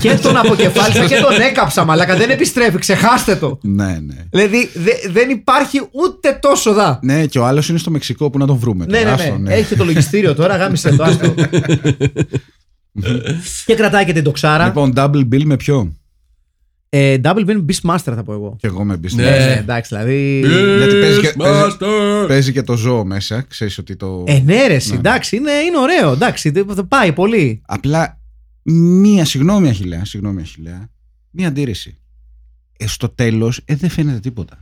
S1: Και τον αποκεφάλισα και τον έκαψα, μαλάκα. Δεν επιστρέφει, ξεχάστε το.
S3: Ναι, ναι.
S1: Δηλαδή δε- δεν υπάρχει ούτε τόσο δα.
S3: Ναι, και ο άλλος είναι στο Μεξικό που να τον βρούμε.
S1: Ναι,
S3: τώρα.
S1: ναι,
S3: Άστο,
S1: ναι. Έχει και το λογιστήριο τώρα, γάμισε το άστο. και κρατάει και την τοξάρα.
S3: Λοιπόν, double bill με ποιο.
S1: Ε, double Bean Beastmaster θα πω εγώ.
S3: Και εγώ με business.
S2: Ναι.
S1: Ε, εντάξει, δηλαδή.
S3: Ε, Γιατί παίζει και-
S2: Beastmaster.
S3: Παίζει και το ζώο μέσα. Ξέρεις ότι το.
S1: Ε, ναι,
S3: Ναι,
S1: Ενέρεση, εντάξει, είναι, είναι ωραίο. Εντάξει, δε- δε- πάει πολύ.
S3: Απλά μία, συγγνώμη Αχιλέα, συγγνώμη Αχιλέα, μία αντίρρηση. Ε, στο τέλος ε, δεν φαίνεται τίποτα.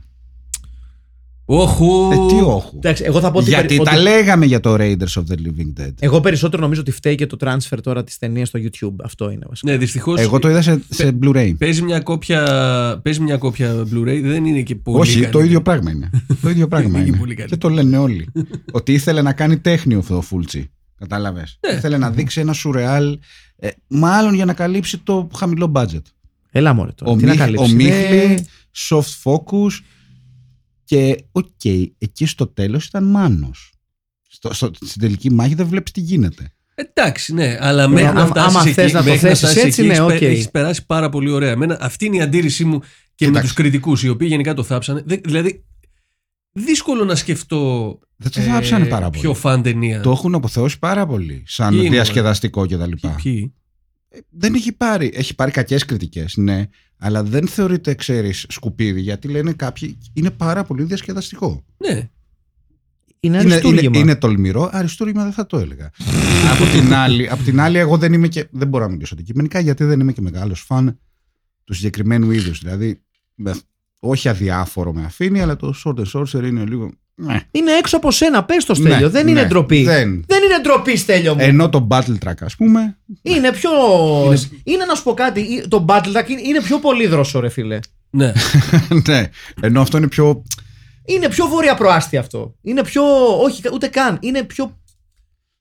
S2: Όχου.
S3: Ε, τι όχου.
S1: Εντάξει, εγώ θα πω ότι
S3: Γιατί
S1: περι-
S3: τα
S1: ότι-
S3: λέγαμε για το Raiders of the Living Dead.
S1: Εγώ περισσότερο νομίζω ότι φταίει και το transfer τώρα της ταινίας στο YouTube. Αυτό είναι βασικά.
S2: Ναι, δυστυχώς.
S3: Εγώ το είδα σε, σε Blu-ray.
S2: Παίζει μια κόπια, παίζει μια κόπια Blu-ray, δεν είναι και πολύ.
S3: Όχι, το
S2: καλή.
S3: ίδιο πράγμα είναι. το ίδιο πράγμα
S2: Είναι
S3: είναι.
S2: πολύ καλή.
S3: Και το λένε όλοι. ότι ήθελε να κάνει τέχνη αυτό ο Φούλτσι. Κατάλαβες. Ήθελε να δείξει ένα σουρεάλ. ε, μάλλον για να καλύψει το χαμηλό budget.
S1: Έλα μωρέ τώρα.
S3: Ναι. ο
S1: τι να
S3: Μίχ-
S1: καλύψει.
S3: ο Μίχλη,
S1: Ναι.
S3: soft focus και οκ, εκεί στο τέλος ήταν μάνος. Στο, στο, στην τελική μάχη δεν βλέπεις τι γίνεται.
S2: Εντάξει, ναι, αλλά μέχρι
S1: άμα-
S2: να φτάσεις.
S1: άμα
S2: εκεί,
S1: θες να το
S2: μέχρι
S1: θέσεις
S2: φτάσεις
S1: έτσι,
S2: εκεί,
S1: ναι,
S2: έχεις
S1: οκ.
S2: πε- έχεις περάσει πάρα πολύ ωραία. Εμένα, αυτή είναι η αντίρρησή μου και με
S3: Κοιτάξτε.
S2: τους κριτικούς, οι οποίοι γενικά το θάψανε. Δε- Δηλαδή, δύσκολο να σκεφτώ.
S3: Δεν
S1: Ε,
S3: το θάψανε πάρα πολύ.
S2: Πιο φαν ταινία.
S3: Το έχουν αποθεώσει πάρα πολύ σαν
S2: Ποιοι είναι,
S1: ε?
S3: διασκεδαστικό κτλ.
S2: Ποιοι- Ποιοι.
S3: Δεν έχει πάρει. Έχει πάρει κακές κριτικές, ναι. Αλλά δεν θεωρείται, ξέρεις, σκουπίδι γιατί λένε κάποιοι είναι πάρα πολύ διασκεδαστικό.
S2: Ναι,
S1: Είναι
S3: Είναι, είναι,
S1: αριστούργημα.
S3: είναι τολμηρό, αριστούργημα δεν θα το έλεγα. από, την άλλη, από την άλλη, εγώ δεν είμαι και. Δεν μπορώ να μιλήσω αντικειμενικά γιατί δεν είμαι και μεγάλος φαν του συγκεκριμένου είδους. Δηλαδή, με- όχι αδιάφορο με αφήνει, αλλά το short and sorcerer είναι λίγο. Ναι,
S1: Είναι έξω από σένα, πες το στέλιο.
S3: ναι,
S1: δεν είναι
S3: ναι,
S1: ντροπή.
S3: Δεν. Ε,
S1: Δεν είναι ντροπή, στέλιο μου.
S3: Ενώ το battle track, ας πούμε.
S1: είναι πιο. Είναι να σου πω κάτι. ε, Το Battle Duck είναι- είναι πιο πολύδροσο, ρε φίλε.
S2: ναι.
S3: ναι. Ενώ αυτό είναι πιο.
S1: Είναι πιο βόρεια προάστη αυτό. Είναι πιο. Όχι, ούτε καν. Είναι πιο.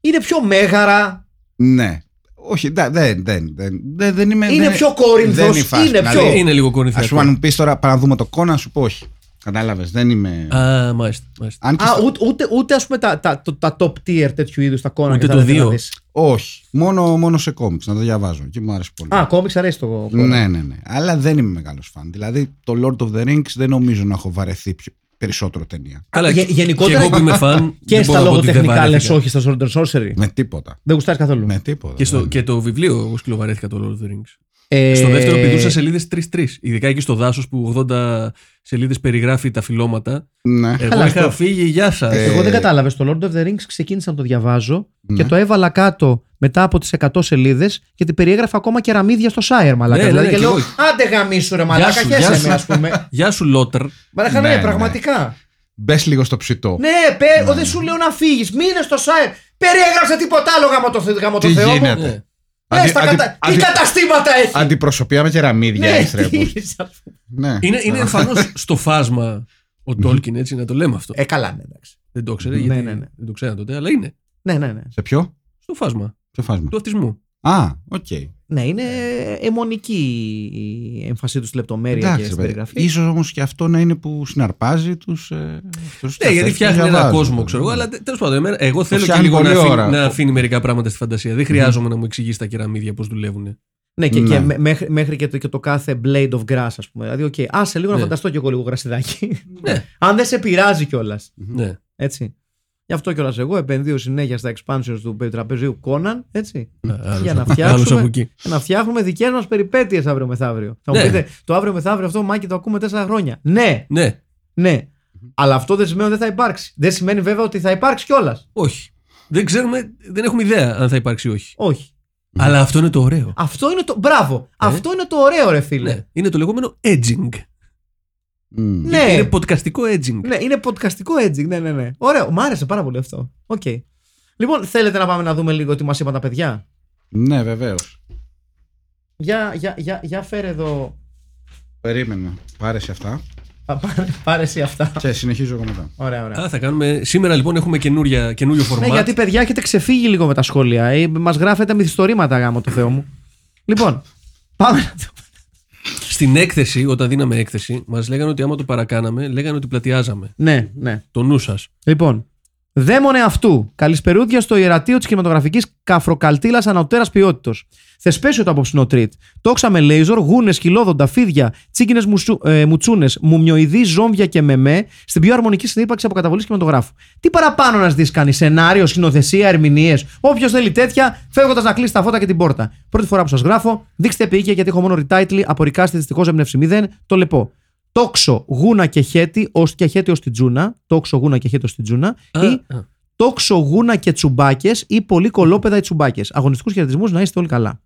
S1: Είναι πιο μέγαρα.
S3: Ναι. Όχι, δεν, δεν, δεν, δεν, δεν, δεν είμαι.
S1: Είναι
S3: δεν-
S1: πιο κόρινθος,
S3: δεν η φάση,
S1: είναι πιο-
S3: Δηλαδή,
S2: Ε, είναι λίγο
S3: α πούμε,
S2: κορυφαίο.
S3: αν μου πεις τώρα παρά να δούμε το κόνα, σου πω όχι. Κατάλαβες, δεν είμαι.
S2: Α, μάλιστα. μάλιστα.
S3: Αν και
S1: Α,
S3: στα-
S1: ούτε, ούτε, ούτε ας πούμε τα, τα, το- τα top tier τέτοιου είδους, τα κόνα
S2: Ούτε
S1: και τα
S2: το
S1: δεν
S2: δύο.
S1: θα δεις.
S3: Όχι. Μόνο, μόνο σε κόμιξ, να το διαβάζω. Και μου άρεσε πολύ.
S1: Α, κόμιξ αρέσει το.
S3: Ναι, ναι, ναι. Αλλά δεν είμαι μεγάλος φαν. Δηλαδή, το Lord of the Rings δεν νομίζω να έχω βαρεθεί πιο, περισσότερο ταινία.
S2: Καλά,
S1: Γε-
S2: και-
S1: γενικότερα
S2: και εγώ που είμαι φαν.
S1: Και
S2: δεν μπορώ
S1: στα
S2: να πω ότι δεν
S1: λογοτεχνικά λε
S2: βαρέθηκα. Ναι.
S1: όχι στα Sword and Sorcery.
S3: Με τίποτα.
S1: Δεν γουστάρεις καθόλου.
S3: Με τίποτα.
S2: Και, στο,
S3: δεν-
S2: και το βιβλίο, εγώ σκυλοβαρέθηκα το Lord of the Rings.
S1: Ε,
S2: Στο δεύτερο πηδούσα σελίδε 3-3. Ειδικά εκεί στο δάσος που 80 σελίδες περιγράφει τα φιλώματα.
S3: Ναι.
S2: Εγώ
S1: Ε, Καλά,
S2: είχα
S1: αυτό.
S2: φύγει, γεια σας.
S3: Ε,
S1: Εγώ δεν κατάλαβε. Το Lord of the Rings ξεκίνησα να το διαβάζω
S3: Ναι.
S1: και το έβαλα κάτω μετά από τις 100 σελίδε γιατί περιέγραφα ακόμα και ραμίδια στο Σάιερ, μαλάκα.
S2: Ναι,
S1: δηλαδή,
S2: ναι,
S1: και
S2: κι
S1: λέω,
S2: εγώ.
S1: άντε γαμίσου ρε μαλάκα,
S2: σου, Ναι, γεια
S1: χέσαι με, α
S2: σου.
S1: πούμε.
S2: Γεια σου, Λότερ.
S1: Μαλάκα,
S3: Ναι,
S1: ναι,
S3: ναι.
S1: πραγματικά.
S3: Μπες λίγο στο ψητό.
S1: Ναι, πε, ο, δεν σου λέω να φύγεις. Μείνε στο Σάιερ. Περιέγραψε τίποτα άλλο γάμο το, θε- γάμο το
S3: Τι
S1: Θεό μου.
S3: γίνεται.
S2: Ναι.
S1: Πες τα κατα- Τι καταστήματα έχει.
S3: Αντιπροσωπεία με κεραμίδια
S1: Ναι, τι
S3: έστρεπους.
S1: είσαι αυτό.
S3: Ναι.
S2: Είναι,
S1: ε,
S2: είναι εμφανώς στο φάσμα ο Τόλκιν, έτσι να το λέμε αυτό.
S1: Ε, καλά, ναι, εντάξει.
S2: δεν το ήξερε,
S1: ναι,
S2: γιατί
S1: ναι, ναι.
S2: δεν το ξέραν τότε, αλλά είναι
S1: Ναι, ναι, ναι.
S3: Σε ποιο?
S2: στο φάσμα
S3: Ποιο φάσμα.
S2: του αυτισμού.
S3: Α, οκ.
S1: Ναι, είναι αιμονική η έμφασή τους στη λεπτομέρεια και
S3: Εντάξει,
S1: στην
S3: παιδί.
S1: περιγραφή.
S3: Ίσως όμως και αυτό να είναι που συναρπάζει τους... Ε, αυτούς
S2: Ναι,
S3: τους
S2: γιατί
S3: που
S2: φτιάχνει ένα
S3: διαβάζουν,
S2: κόσμο,
S3: παιδί.
S2: ξέρω εγώ, αλλά τέλος πάντων, εμένα- εγώ θέλω και
S3: φτιάχνει
S2: λίγο να
S3: πολλή
S2: αφήνει,
S3: ώρα.
S2: να αφήνει μερικά πράγματα στη φαντασία. Δεν χρειάζομαι να μου εξηγήσει τα κεραμίδια πώς δουλεύουν.
S1: Ναι, και,
S3: Ναι.
S1: και μέ- μέχρι, μέχρι και, το, και το κάθε blade of grass, ας πούμε. Δηλαδή, οκ, άσε λίγο
S2: Ναι.
S1: να φανταστώ κι εγώ λίγο γρασιδάκι.
S2: Ναι.
S1: Αν δεν σε πειράζει κιόλας.
S2: Ναι.
S1: Έτσι. Γι' αυτό κιόλας εγώ επενδύω συνέχεια στα expansions του τραπεζίου Conan, έτσι. για να
S2: Άλλος από
S1: φτιάξουμε,
S2: εκεί.
S1: να φτιάχνουμε δικές μας περιπέτειες αύριο μεθαύριο. Θα μου
S2: Ναι.
S1: πείτε, το αύριο μεθαύριο αυτό, Μάκη, το ακούμε τέσσερα χρόνια. Ναι,
S2: Ναι,
S1: ναι. Αλλά αυτό δεν σημαίνει ότι δεν θα υπάρξει. Δεν σημαίνει βέβαια ότι θα υπάρξει κιόλας.
S2: όχι. Δεν ξέρουμε, δεν έχουμε ιδέα αν θα υπάρξει ή όχι.
S1: Όχι.
S2: Αλλά αυτό είναι το ωραίο.
S1: Αυτό είναι το. Μπράβο! Αυτό είναι το ωραίο, ρε φίλε.
S2: Ναι. Είναι το λεγόμενο edging.
S3: Μμ.
S1: Ναι.
S2: Είναι podcastικό edging.
S1: Ναι, είναι podcastικό edging. Ναι, ναι, ναι. Ωραίο. Μ' άρεσε πάρα πολύ αυτό. Οκ. Λοιπόν, θέλετε να πάμε να δούμε λίγο τι μας είπαν τα παιδιά.
S3: Ναι, βεβαίως.
S1: Για, για, για, για φέρε εδώ.
S3: Περίμενε. Πάρε σε αυτά
S1: Α, Πάρε, πάρε εσύ αυτά.
S3: και συνεχίζω εγώ μετά.
S1: Ωραία, ωραία.
S2: Α, θα κάνουμε... Σήμερα λοιπόν έχουμε καινούρια, καινούριο format.
S1: Ναι, γιατί παιδιά έχετε ξεφύγει λίγο με τα σχόλια. Ε, μας γράφετε μυθιστορήματα γάμο το Θεό μου. Λοιπόν, πάμε να δούμε.
S2: Στην έκθεση, όταν δίναμε έκθεση, μας λέγανε ότι άμα το παρακάναμε, λέγανε ότι πλατιάζαμε.
S1: Ναι, ναι.
S2: Το νου σας.
S1: Λοιπόν. Δαίμονε αυτού. Καλησπερούδια στο ιερατείο της κινηματογραφικής καφροκαλτήλας ανωτέρας ποιότητος. Θεσπέσιο το απόψινο τρίτ. Τόξα με λέιζορ, γούνες, χιλόδοντα, φίδια, τσίγκινε ε, μουτσούνες, μουμιοειδή, ζόμβια και μεμέ στην πιο αρμονική συνύπαρξη από καταβολή κινηματογράφου. Τι παραπάνω να ζητήσει κανείς, σενάριο, σκηνοθεσία, ερμηνείες. Όποιος θέλει τέτοια, φεύγοντας να κλείσει τα φώτα και την πόρτα. Πρώτη φορά που σας γράφω, δείξτε επίοικια γιατί έχω μόνο retitle, απορικάστε δυστυχώ έμπνευση μηδέν, το λεπώ. Τόξο, γούνα και χέτη, ως και χέτη ω την τζούνα. Τόξο, γούνα και χέτη ω την τζούνα. Ή
S2: Α, α.
S1: τόξο, γούνα και τσουμπάκες ή πολύ κολόπεδα οι τσουμπάκες. Αγωνιστικούς χαιρετισμούς να είστε όλοι καλά.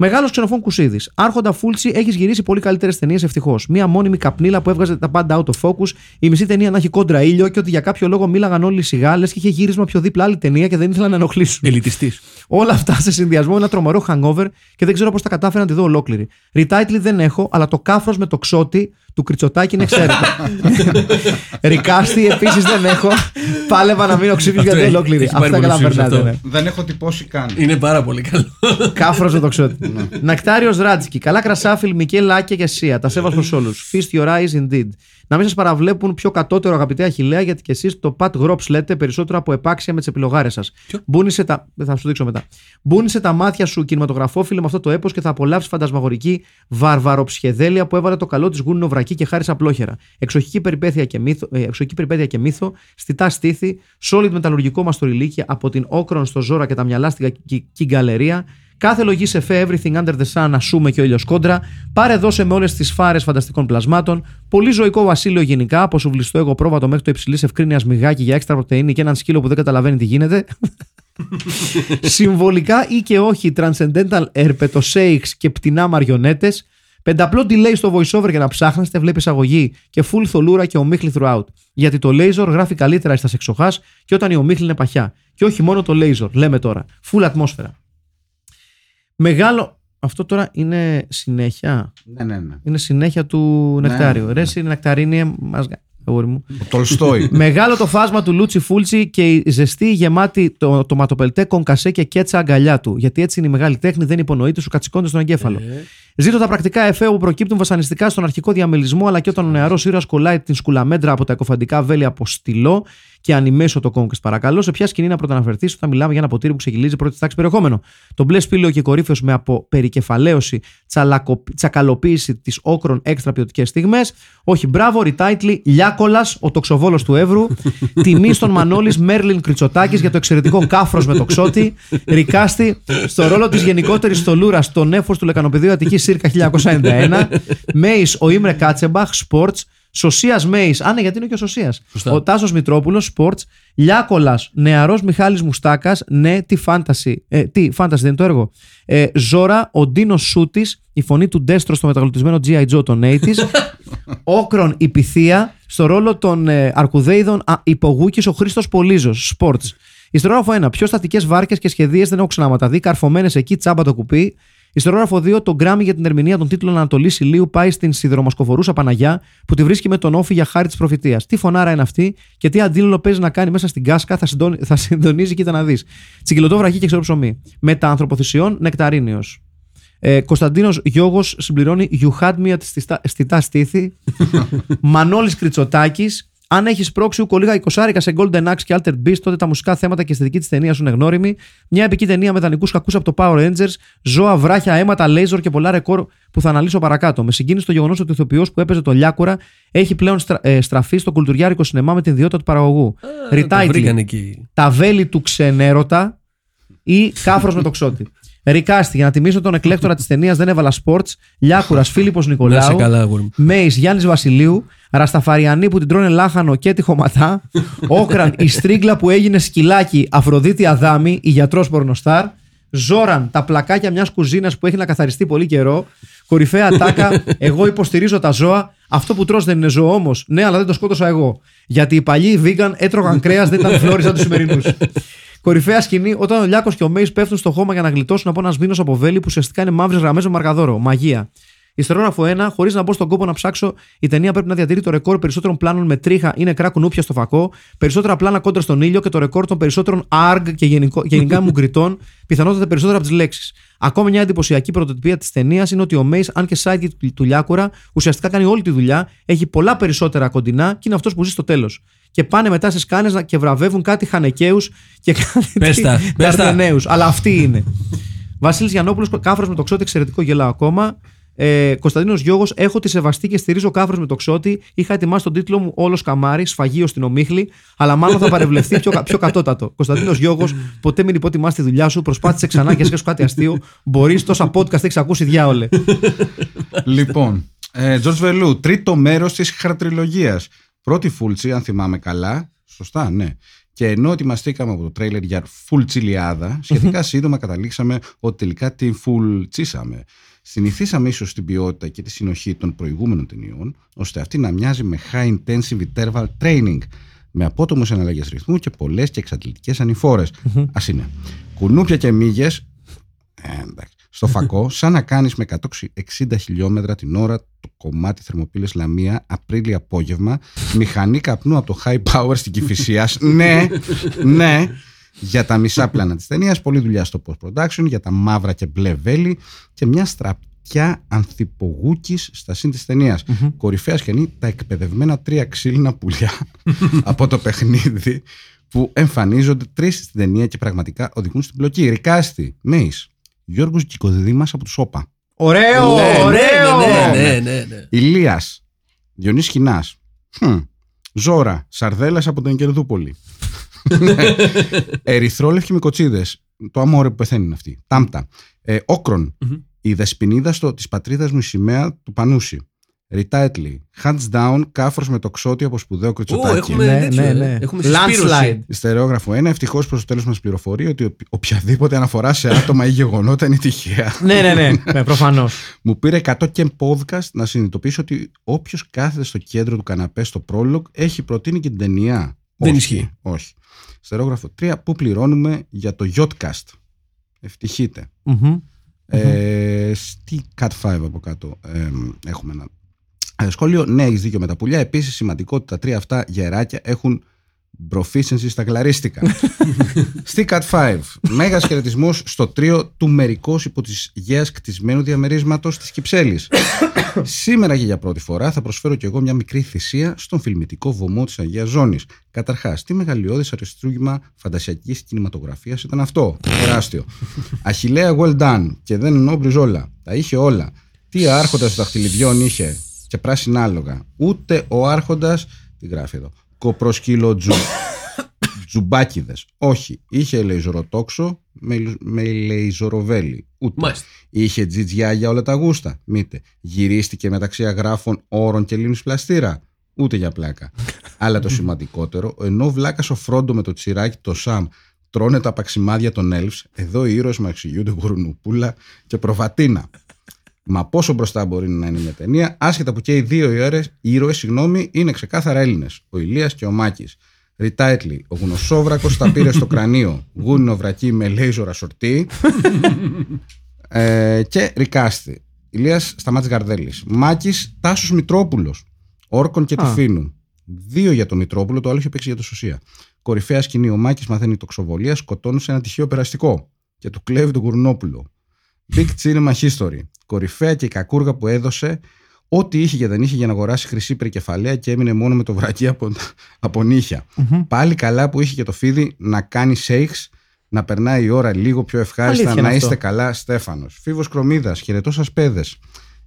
S1: Μεγάλος ξενοφών Κουσίδης. Άρχοντα Φούλτσι, έχεις γυρίσει πολύ καλύτερες ταινίες ευτυχώς. Μία μόνιμη καπνίλα που έβγαζε τα πάντα out of focus, η μισή ταινία να έχει κόντρα ήλιο και ότι για κάποιο λόγο μίλαγαν όλοι σιγά, λε και είχε γύρισμα πιο δίπλα άλλη ταινία και δεν ήθελαν να ενοχλήσουν.
S3: Ναι.
S2: Ελιτιστής.
S1: Όλα αυτά σε συνδυασμό με ένα τρομερό hangover και δεν ξέρω πώς τα κατάφερα να τη δω ολόκληρη. Retitle δεν έχω, αλλά το κάφρος με το ξότι του Κριτσοτάκη είναι εξαίρετο. Ρικάστη επίσης δεν έχω. Πάλευα να μείνω ξύπνιος για να
S2: Αυτό
S1: τη δω
S2: έχει-
S1: ολόκληρη.
S2: έχει πάρει
S1: Αυτά καλά
S2: πολλούς ψήφους
S1: περνάτε.
S2: αυτό.
S1: ναι.
S3: Δεν έχω τυπώσει καν.
S2: Είναι πάρα πολύ καλό.
S1: Κάφρος με το ξότι. Νακτάριο Ράτζικη. Καλά κρασάφιλ, Μικέ Λάκια και Σία. Τα σέβα προ όλους. Feast your eyes indeed. Να μην σας παραβλέπουν πιο κατώτερο, αγαπητέ Αχηλέα, γιατί και εσείς το pat γρόψ λέτε περισσότερο από επάξια με τις επιλογάρες σας. Μπούνισε τα. δεν Θα σου δείξω μετά. Μπούνισε τα μάτια σου, κινηματογραφόφιλε, με αυτό το έπος και θα απολαύσεις φαντασμαγορική βαρβαροψιεδέλεια που έβαλε το καλό της γούνινο βρακή και χάρισα απλόχερα. Εξοχική περιπέτεια και μύθο, ε, εξοχική περιπέτεια και μύθο στιτά στήθη, solid μεταλλουργικό μα από την όκρον στο ζόρα και τα μυαλά στην κα- κι- κυγκαλερία, Κάθε λογή σε φε, everything under the sun, να σούμε και ο ήλιος κόντρα. Πάρε δώσε με όλες τις φάρες φανταστικών πλασμάτων. Πολύ ζωικό βασίλειο γενικά, από σουβλιστό εγώ πρόβατο μέχρι το υψηλής ευκρίνειας μυγάκι για έξτρα πρωτενη και έναν σκύλο που δεν καταλαβαίνει τι γίνεται. Συμβολικά ή και όχι, transcendental ερπετοσέιξ και πτηνά μαριονέτες. Πενταπλό delay στο voiceover για να ψάχνεστε, βλέπεις αγωγή και full θολούρα και ομίχλη throughout. Γιατί το laser γράφει καλύτερα στα σεξοχάς και όταν η ομίχλη είναι παχιά. Και όχι μόνο το laser, λέμε τώρα. Full ατμόσφαιρα. Μεγάλο. Αυτό τώρα είναι συνέχεια.
S3: Ναι, ναι, ναι.
S1: Είναι συνέχεια του νεκτάριου. Ρε, εσύ νεκταρίνη, μας γα- αγόρι μου.
S3: Ο Τολστόι.
S1: Μεγάλο το φάσμα του Λούτσι Φούλτσι και η ζεστή γεμάτη το, το ματοπελτέ, κονκασέ και κέτσα αγκαλιά του. Γιατί έτσι είναι η μεγάλη τέχνη, δεν υπονοείται, σου κατσικώνεται στον εγκέφαλο. Ζήτω τα πρακτικά εφαίου που προκύπτουν βασανιστικά στον αρχικό διαμελισμό, αλλά και όταν ο νεαρός ήρωας κολλάει την σκουλαμέντρα από τα εκοφαντικά βέλη από στυλό και animation.com και παρακαλώ σε ποια σκηνή να πρωταναφερθείς όταν μιλάμε για ένα ποτήρι που ξεκυλίζει πρώτη τάξη περιεχόμενο. Το μπλε σπήλαιο και κορύφαιος με αποπερικεφαλαίωση, τσαλακο... τσακαλοποίηση της όκρων έξτρα ποιοτικέ στιγμές. Όχι, μπράβο, ρητάιτλι, Λιάκολας, ο τοξοβόλος του Εύρου. Τιμή στον Μανώλης Μέρλιν Κριτσοτάκη για το εξαιρετικό κάφρος με τοξότη. Ρικάστη, στο ρόλο της γενικότερης στολούρας, στον έφο του λεκανοπεδίου Αττικής Σύρκα 1991. Μέης, ο Ήμρε Κάτσεμπαχ, Sports. Σωσίας Μέης. Α, ναι, γιατί είναι και ο Σωσίας.
S2: Σωστά.
S1: Ο Τάσος Μητρόπουλος, Sports. Λιάκολας, νεαρός Μιχάλης Μουστάκας. Ναι, τι φάνταση. Ε, τι φάνταση δεν είναι το έργο. Ε, Ζώρα, ο Ντίνος Σούτης. Η φωνή του Ντέστρο στο μεταγλωτισμένο G.I. Joe των 80s. Όκρον η Πυθία. Στο ρόλο των ε, Αρκουδέιδων α, Υπογούκης ο Χρήστος Πολύζο. Sports. Ιστορόγραφο 1. Πιο στατικές βάρκες και σχεδίες δεν έχω ξαναματαδεί. Καρφωμένες εκεί, τσάμπα το κουπί. Ιστορόγραφο 2. Το γκράμι για την ερμηνεία των τίτλων Ανατολής Ηλίου πάει στην σιδηρομασκοφορούσα Παναγιά που τη βρίσκει με τον όφη για χάρη της προφητείας. Τι φωνάρα είναι αυτή και τι αντίλογο παίζει να κάνει μέσα στην κάσκα θα, συντονι... θα συντονίζει και να δεις. Τσικυλωτό βραχή και ξερό ψωμί. Μετά ανθρωποθυσιών Νεκταρίνιος. Ε, Κωνσταντίνος Γιώγος συμπληρώνει You had me at στιστά- στιτά στήθη. Μανώλης Κριτσοτάκη. Αν έχεις πρόξει ούκο λίγα 20 σε Golden Axe και Altered Beast, τότε τα μουσικά θέματα και η αισθητική της ταινίας σου είναι γνώριμη. Μια επική ταινία με δανεικούς κακούς από το Power Rangers, ζώα, βράχια, αίματα, λέιζορ και πολλά ρεκόρ που θα αναλύσω παρακάτω. Με συγκίνησε το γεγονός ότι ο ηθοποιός που έπαιζε το Λιάκουρα έχει πλέον στρα, ε, στραφεί στο κουλτουριάρικο σινεμά με την ιδιότητα του παραγωγού.
S2: Ε, Το
S1: Ριτάιτλι
S2: βρήκαν εκεί.
S1: τα βέλη του ξενέρωτα ή κάφρος με το ξότι. Ρικάστη, για να τιμήσω τον εκλέκτορα της ταινίας δεν έβαλα σπορτ. Λιάκουρας, Φίλιππος
S2: Να είσαι
S1: Νικολάου.
S2: καλά, αγόρι μου.
S1: Μέης Γιάννης Βασιλείου, Ρασταφαριανή που την τρώνε λάχανο και τη χωματά, Όκραν η στρίγκλα που έγινε σκυλάκι, Αφροδίτη Αδάμη, η γιατρός πορνοστάρ, Ζόραν τα πλακάκια μιας κουζίνας που έχει να καθαριστεί πολύ καιρό, Κορυφαία τάκα, Εγώ υποστηρίζω τα ζώα, Αυτό που τρως δεν είναι ζώο όμως, Ναι, αλλά δεν το σκότωσα εγώ. Γιατί οι παλιοί vegan έτρωγαν κρέας, δεν ήταν φλόρι σαν τους σημερινούς. Κορυφαία σκηνή όταν ο Λιάκος και ο Μέης πέφτουν στο χώμα για να γλιτώσουν από ένα σμήνος από βέλη που ουσιαστικά είναι μαύρες γραμμές με μαργαδόρο. Μαγεία. Ιστερόγραφο 1, χωρίς να μπω στον κόπο να ψάξω, η ταινία πρέπει να διατηρεί το ρεκόρ περισσότερων πλάνων με τρίχα ή νεκρά κουνούπια στο φακό, περισσότερα πλάνα κόντρα στον ήλιο και το ρεκόρ των περισσότερων αργ και γενικό, γενικά μουγκριτών, πιθανότατα περισσότερα από τις λέξεις. Ακόμα μια εντυπωσιακή πρωτοτυπία της ταινίας είναι ότι ο Μέης, αν και sidekick του- του Λιάκουρα, ουσιαστικά κάνει όλη τη δουλειά, έχει πολλά περισσότερα κοντινά και είναι αυτός που ζει στο τέλος. Και πάνε μετά στις κάνες και βραβεύουν κάτι χανεκαίους και κάτι
S2: Πες τα, πες τα.
S1: Δαρδενέους. Αλλά αυτή είναι. Βασίλης Γιαννόπουλος, κάφρο με το ξότι, εξαιρετικό γελάω ακόμα. Ε, Κωνσταντίνος Γιώγο, έχω τη σεβαστή και στηρίζω κάφρο με το ξότι. Είχα ετοιμάσει τον τίτλο μου Όλος Καμάρι, σφαγείο στην Ομίχλη, αλλά μάλλον θα παρευλευτεί πιο, κα- πιο κατώτατο. Κωνσταντίνος Γιώγο, ποτέ μην υπότιμά τη δουλειά σου, προσπάθησε ξανά και έσκασε κάτι αστείο. Μπορείς τόσα podcast έχεις ακούσει, διάολε.
S3: λοιπόν, ε, George Βελού, τρίτο μέρος της χαρτριλογίας. Πρώτη φούλτσι, αν θυμάμαι καλά. Σωστά, ναι. Και ενώ ετοιμαστήκαμε από το τρέιλερ για φουλτσιλιάδα, σχετικά σύντομα καταλήξαμε ότι τελικά την φουλτσίσαμε. Συνηθίσαμε ίσως την ποιότητα και τη συνοχή των προηγούμενων ταινιών, ώστε αυτή να μοιάζει με high intensive interval training, με απότομου εναλλαγές ρυθμού και πολλές και εξαντλητικές ανηφόρες. Ας είναι. Κουνούπια και μύγες ε, εντάξει. Στο φακό, σαν να κάνεις με 160 χιλιόμετρα την ώρα το κομμάτι θερμοπύλες Λαμία, Απρίλιο απόγευμα, μηχανή καπνού από το High Power στην Κυφυσία. ναι, ναι. Για τα μισά πλάνα της ταινίας, πολλή δουλειά στο post production, για τα μαύρα και μπλε βέλη και μια στραπτιά ανθυπογούκης στα σύν της ταινια Κορυφαία σκηνή, τα εκπαιδευμένα τρία ξύλινα πουλιά από το παιχνίδι που εμφανίζονται τρεις στην ταινία και πραγματικά οδηγούν στην πλοκή. Ρικάστη, Μέης, Γιώργος Κικοδήμας από του ΣΟΠΑ.
S1: Ωραίο,
S3: Ναι,
S1: ωραίο!
S2: Ναι, ναι, ναι, ναι.
S3: Ηλίας, Διονύς Χινάς. Χμ. Ζώρα, Σαρδέλας από τον Κερδούπολη. Ναι. Ερυθρόλευκοι Μικοτσίδες. Το αμόρε που πεθαίνει είναι αυτή. Τάμπτα. Ε, Όκρον,
S2: Μμμ.
S3: η δεσποινίδα στο, της πατρίδας μου η σημαία του Πανούση. Ριτάιτλι, hands down, κάφρος με το ξότι από σπουδαίο
S2: Ω,
S3: κριτσοτάκι.
S2: έχουμε
S1: Ναι,
S2: τέτοιο,
S1: ναι,
S2: ε.
S1: ναι.
S2: Έχουμε
S1: Landslide.
S2: συσπήρωση.
S3: Στερεόγραφο 1. Ευτυχώς προς το τέλος μας πληροφορεί ότι ο- οποιαδήποτε αναφορά σε άτομα ή γεγονότα είναι τυχαία.
S1: ναι, ναι, ναι, ναι προφανώς.
S3: Μου πήρε 100 και podcast να συνειδητοποιήσω ότι όποιος κάθεται στο κέντρο του καναπέ στο πρόλογ έχει προτείνει και την ταινία.
S2: Δεν
S3: Όχι,
S2: ισχύει.
S3: Όχι. Στερόγραφο 3. Πού πληρώνουμε για το Yotcast. Ευτυχείτε. Ε, στη Cat 5 από κάτω ε, έχουμε ένα ε, σχόλιο. Ναι, έχεις δίκιο με τα πουλιά. Επίσης, σημαντικό ότι τα τρία αυτά γεράκια έχουν Proficiency στα κλαρίστικα. Στη Cat 5. Μέγας χαιρετισμός στο τρίο του μερικώ υπό της γέας κτισμένου διαμερίσματος της Κυψέλης. Σήμερα και για πρώτη φορά θα προσφέρω κι εγώ μια μικρή θυσία στον φιλμητικό βωμό της Αγίας Ζώνης. Καταρχάς, τι μεγαλειώδες αριστούγημα φαντασιακής κινηματογραφίας ήταν αυτό. Τεράστιο. Αχηλέα well done. Και δεν εννοώ μπριζόλα. Τα είχε όλα. Τι άρχοντας δαχτυλιδιών είχε. Και πράσινα άλογα. Ούτε ο άρχοντας. Τι γράφει εδώ. Κοπροσκύλο τζου. Τζουμπάκιδες. Όχι. Είχε ελεϊζοροτόξο με, με ελεϊζοροβέλη. Ούτε.
S2: Μάλιστα.
S3: Είχε τζιτζιά για όλα τα γούστα. Μήτε. Γυρίστηκε μεταξύ αγράφων όρων και λίμνης πλαστήρα. Ούτε για πλάκα. Αλλά το σημαντικότερο, ενώ βλάκα ο Φρόντο με το τσιράκι, το Σαμ, τρώνε τα παξιμάδια των Έλφ, εδώ οι ήρωες μαξιγιούνται γουρνούπουλα και προβατίνα. Μα πόσο μπροστά μπορεί να είναι μια ταινία, άσχετα που και οι δύο ήρωες, οι ήρωες συγγνώμη, είναι ξεκάθαρα Έλληνες. Ο Ηλίας και ο Μάκης. Ριτάιτλι, ο γνωσόβρακος τα πήρε στο κρανίο. Γούνινο βρακί με λέιζορα σορτί. Ε, και Ρικάστη. Ηλίας Σταμάτης Γαρδέλης. Μάκης Τάσος Μητρόπουλος. Όρκον και Τυφίνου. Δύο για τον Μητρόπουλο, το άλλο είχε παίξει για το Σωσία. Κορυφαία σκηνή. Ο Μάκης μαθαίνει τοξοβολία, σκοτώνει σε ένα τυχαίο περαστικό. Και του κλέβει τον Κουρνόπουλο. Big Cinema History. Κορυφαία και η κακούργα που έδωσε ό,τι είχε και δεν είχε για να αγοράσει χρυσή περικεφαλαία και έμεινε μόνο με το βρακί από, από νύχια. Πάλι καλά που είχε και το φίδι να κάνει σέιξ, να περνάει η ώρα λίγο πιο ευχάριστα,
S1: Αλήθεια
S3: να
S1: είναι
S3: είστε
S1: αυτό.
S3: καλά, Στέφανος. Φίβος Κρομίδας, χαιρετώ σας, παιδες.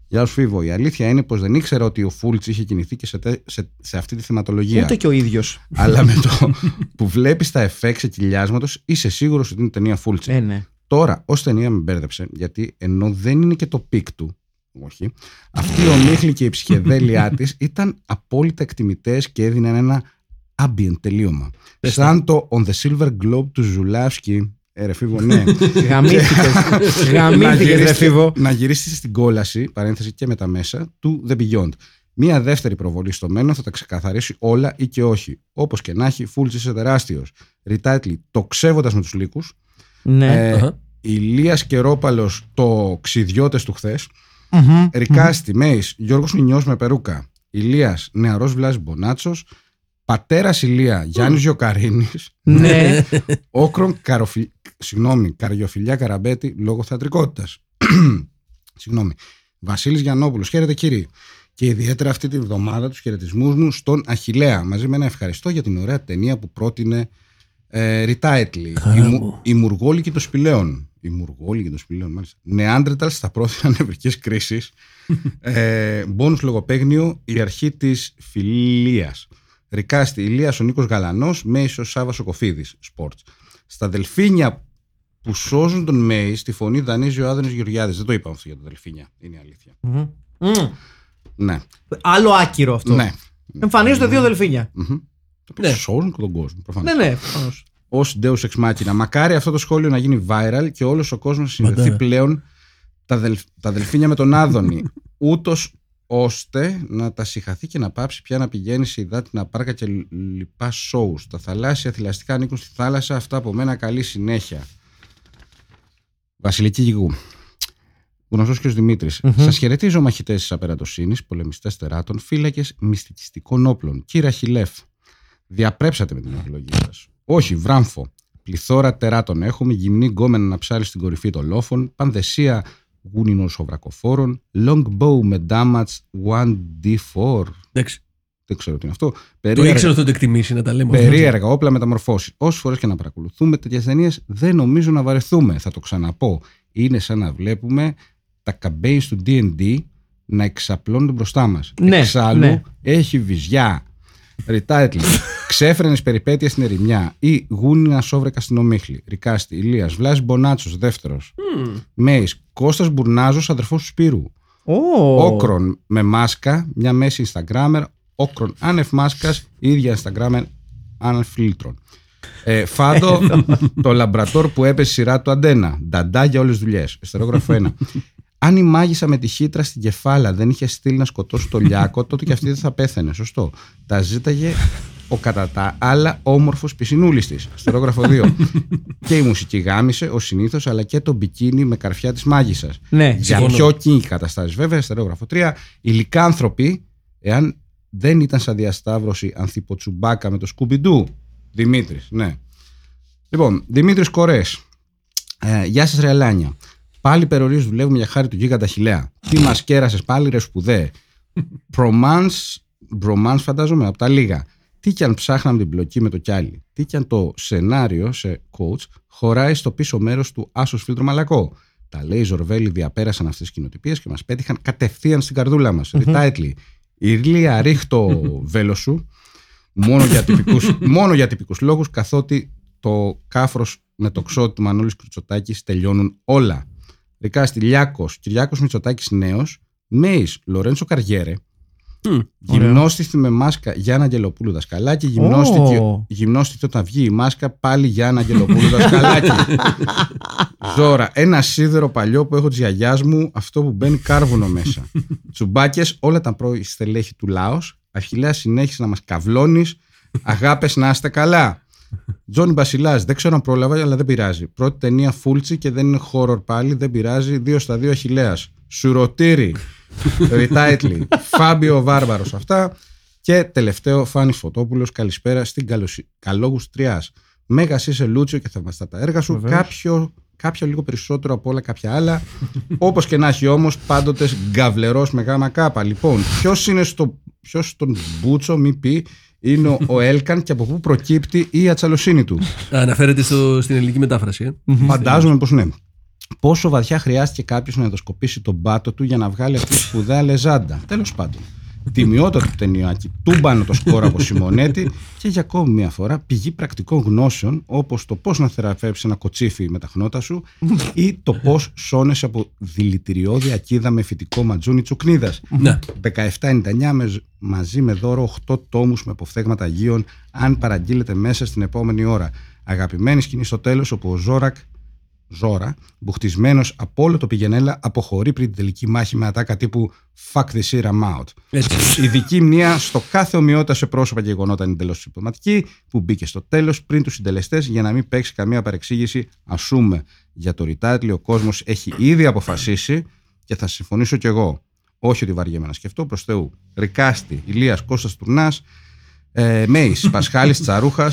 S3: Γεια σου, Φίβο. Η αλήθεια είναι πως δεν ήξερα ότι ο Φούλτ είχε κινηθεί και σε, τε- σε, σε αυτή τη θεματολογία.
S1: Ούτε και ο ίδιος.
S3: Αλλά με το που βλέπεις τα εφέ ξεκυλιάσματο, είσαι σίγουρος ότι είναι ταινία Φούλτ.
S1: Ε, ναι.
S3: Τώρα, ως ταινία με μπέρδεψε, γιατί ενώ δεν είναι και το πικ του, όχι, αυτή η ομίχλη και η ψυχεδέλειά της ήταν απόλυτα εκτιμητές και έδιναν ένα ambient τελείωμα. Σαν το On the Silver Globe του Ζουλάφσκι. Ε, ρε φίβο, ναι.
S1: Γαμήθηκες.
S3: να,
S1: Γαμήθηκες, ρε
S3: γυρίσεις-
S1: φίβο.
S3: να γυρίσεις στην κόλαση, παρένθεση και με τα μέσα, του The Beyond. Μία δεύτερη προβολή στο μέλλον θα τα ξεκαθαρίσει όλα ή και όχι. Όπως και να έχει, Φούλτ είσαι τεράστιος. Ριτάτλι, το ξέβοντας με τους λύκους.
S1: Ναι.
S3: Ε,
S2: Αχα.
S3: Ηλίας Κερόπαλος, το ξιδιώτες του χθες.
S1: Μμμ.
S3: Ρικάστη, Μέης, Γιώργος Νινιός με περούκα. Ηλίας, νεαρός Βλάζ Μπονάτσος. Πατέρας Ηλία, Γιάννης Γιοκαρίνη.
S1: Ναι.
S3: Όκρον καροφι... συγγνώμη, Καριοφιλιά Καραμπέτη λόγω θεατρικότητας. συγγνώμη. Βασίλης Γιαννόπουλος, χαίρετε κύριε. Και ιδιαίτερα αυτή τη βδομάδα τους χαιρετισμούς μου στον Αχηλέα. Μαζί με ένα ευχαριστώ για την ωραία ταινία που πρότεινε ε, Ριτάιτλι. Η, μου, η Μουργόλη και των Σπηλαίων. Η Μουργόλη και των Σπηλαίων, μάλιστα. Νεάντρεταλ στα πρόθυρα νευρική κρίση. ε, Μπόνου λογοπαίγνιο, η αρχή της φιλίας. Ρικάστη, Ηλίας ο Νίκος Γαλανός, Μέισος Σάβα ο Κοφίδης. Σπορτ. Στα δελφίνια που σώζουν τον Μέη, στη φωνή δανείζει ο Άδωνης Γεωργιάδης. Δεν το είπαμε αυτό για τα δελφίνια. Είναι η αλήθεια.
S1: Μμ.
S3: Ναι.
S1: Άλλο άκυρο αυτό.
S3: Ναι.
S1: Εμφανίζονται δύο δελφίνια.
S3: Το οποίο Σώζουν και τον κόσμο. Προφανώς.
S1: Ναι, ναι. προφανώς.
S3: ως Deus Ex Machina. Μακάρι αυτό το σχόλιο να γίνει viral και όλος ο κόσμος να συνδεθεί
S4: Μαντάρα.
S3: πλέον τα, δελφ- τα δελφίνια με τον Άδωνη. Ούτως ώστε να τα συγχαθεί και να πάψει πια να πηγαίνει σε υδάτινα πάρκα και λ- λοιπά σόου. Τα θαλάσσια θηλαστικά ανήκουν στη θάλασσα. Αυτά από μένα καλή συνέχεια. Βασιλική Γηγού. Γνωστός κ. δημητρη Σας χαιρετίζω, μαχητές της απερατοσύνη, πολεμιστές τεράτων, φύλακες μυστικιστικών όπλων. Κύριε Αχιλέφ, Διαπρέψατε με την επιλογή σας. Όχι, βράμφο. Πληθώρα τεράτων έχουμε, γυμνή γκόμενα να ψάρει στην κορυφή των λόφων, πανδεσία γούνινων σοβρακοφόρων, long bow με damage 1d4.
S2: Εντάξει.
S3: Δεν ξέρω τι είναι αυτό.
S2: Το
S3: Περίεργα,
S2: ήξερα ότι θα το εκτιμήσει να τα λέμε. αυτά.
S3: περίεργα όπλα μεταμορφώσεις. Όσες φορές και να παρακολουθούμε τέτοιες ταινίες, δεν νομίζω να βαρεθούμε. Θα το ξαναπώ. Είναι σαν να βλέπουμε τα campaigns του DD να εξαπλώνονται μπροστά μας.
S1: Ναι,
S3: Εξάλλου,
S1: ναι.
S3: έχει βυζιά. Ριτάιτλ. Ξέφρενε περιπέτεια στην ερημιά ή γούνινα σόβρεκα στην ομίχλη. Ρικάστη, Ηλίας, Βλάζ Μπονάτσος, δεύτερος. Μέης, Κώστας Μπουρνάζος, αδερφός του Σπύρου.
S1: Ω.
S3: Όκρον με μάσκα, μια μέση Instagrammer. Όκρον άνευ μάσκας, η ίδια Instagrammer αναφίλτρων. Ε, φάντο, το λαμπρατόρ που έπεσε σειρά του αντένα. Νταντά για όλες τις δουλειές. Εστερόγραφο 1. Αν η μάγισσα με τη χύτρα στην κεφάλα δεν είχε στείλει να σκοτώσει το λιάκο, τότε και αυτή δεν θα πέθαινε. Σωστό. Τα ζήταγε ο κατά τα άλλα όμορφος πισινούλης της. Αστερόγραφο 2. και η μουσική γάμισε, ο συνήθως, αλλά και το μπικίνι με καρφιά της μάγισσας.
S1: Ναι,
S3: Για
S2: συμφωνώ.
S3: πιο κοινή καταστάσεις, βέβαια. Αστερόγραφο 3. Οι λικάνθρωποι, εάν δεν ήταν σαν διασταύρωση ανθιποτσουμπάκα με το σκουμπιντού, Δημήτρης, ναι. Λοιπόν, Δημήτρης Κορές. Ε, γεια σας, Ρεαλάνια. Πάλι υπερορίε δουλεύουμε για χάρη του γίγαντα χιλέα. Τι μας κέρασες πάλι, ρε σπουδέ. Προμάνς, μπρομάνς φαντάζομαι, από τα λίγα. Τι κι αν ψάχναμε την μπλοκή με το κιάλι. Τι κι αν το σενάριο σε coach χωράει στο πίσω μέρος του άσο φίλτρο μαλακό. Τα λέει οι Ζορβέλοι διαπέρασαν αυτές τις κοινοτυπίες και μας πέτυχαν κατευθείαν στην καρδούλα μας. Ριτάιτλι. Ηρλία, ρίχτο βέλος σου. Μόνο για τυπικούς, μόνο για τυπικούς λόγους, καθότι το κάφρος με το ξό του Μανώλης Κρουτσοτάκης τελειώνουν όλα. Δικά Στυλιάκος, Κυριάκος Μητσοτάκης νέος, Μέης Λορέντσο Καριέρε, γυμνώστηκε με μάσκα Γιάννα Αγγελοπούλου Δασκαλάκη, γυμνώστηκε,
S1: Ω.
S3: γυμνώστηκε όταν βγει η μάσκα πάλι Γιάννα Αγγελοπούλου Δασκαλάκη. Ζώρα, ένα σίδερο παλιό που έχω της γιαγιάς μου, αυτό που μπαίνει κάρβουνο μέσα. Τσουμπάκες, όλα τα πρώη στελέχη του λαός. Αχιλέα, συνέχισε να μας καυλώνει. Αγάπες, να είστε καλά. Τζόνι Μπασιλάς, δεν ξέρω αν πρόλαβα, αλλά δεν πειράζει. Πρώτη ταινία φούλτσι και δεν είναι horror πάλι, δεν πειράζει. Δύο στα δύο Αχηλέα. Σουρωτήρι. Ριτάιτλι. Φάμπιο Βάρβαρος. Αυτά. Και τελευταίο, Φάνης Φωτόπουλος. Καλησπέρα στην καλοσυ... Καλόγους Τριάς. Μέγας είσαι Λούτσιο και θαυμαστά τα έργα σου.
S1: Βεβαίως.
S3: Κάποιο, κάποια λίγο περισσότερο από όλα κάποια άλλα. Όπως και να έχει όμως, πάντοτες γκαβλερός με γάμα κάπα. Λοιπόν, ποιος είναι στο. Ποιος τον Μπούτσο, μη πει, είναι ο- ο Έλκαν και από πού προκύπτει η ατσαλοσύνη του.
S2: Αναφέρεται στο, στην ελληνική μετάφραση. Ε.
S3: Φαντάζομαι πως ναι. Πόσο βαθιά χρειάστηκε κάποιος να ενδοσκοπήσει τον πάτο του για να βγάλει αυτή τη σπουδαία λεζάντα. Τέλος πάντων. Τιμιότατο του ταινιάκι, τούμπανο το σκόρο από Σιμονέτη και για ακόμη μια φορά πηγή πρακτικών γνώσεων όπως το πώς να θεραπεύσει ένα κοτσίφι με τα χνότα σου ή το πώς σώνεσαι από δηλητηριώδη ακίδα με φυτικό ματζούνι τσουκνίδας.
S2: Ναι.
S3: 1799 με- μαζί με δώρο 8 τόμους με αποφθέγματα αγίων αν παραγγείλετε μέσα στην επόμενη ώρα. Αγαπημένη σκηνή στο τέλος όπου ο Ζόρακ Ζόρα, μπουχτισμένος από όλο το πηγενέλα, αποχωρεί πριν την τελική μάχη με ατάκα τύπου «Fuck the shit, I'm out».
S2: Έτσι.
S3: Ειδική μνήμα στο κάθε ομοιότητα σε πρόσωπα και γεγονότα είναι εντελώς συμπτωματική, που μπήκε στο τέλος πριν τους συντελεστές για να μην παίξει καμία παρεξήγηση. Ασούμε για το ρητάτλι, ο κόσμος έχει ήδη αποφασίσει και θα συμφωνήσω κι εγώ. Όχι ότι βαριέμαι να σκεφτώ, προς Θεού. Ρικάστη, Ηλίας Κώστας Τουρνάς, ε, Μέης, Πασχάλης Τσαρούχας,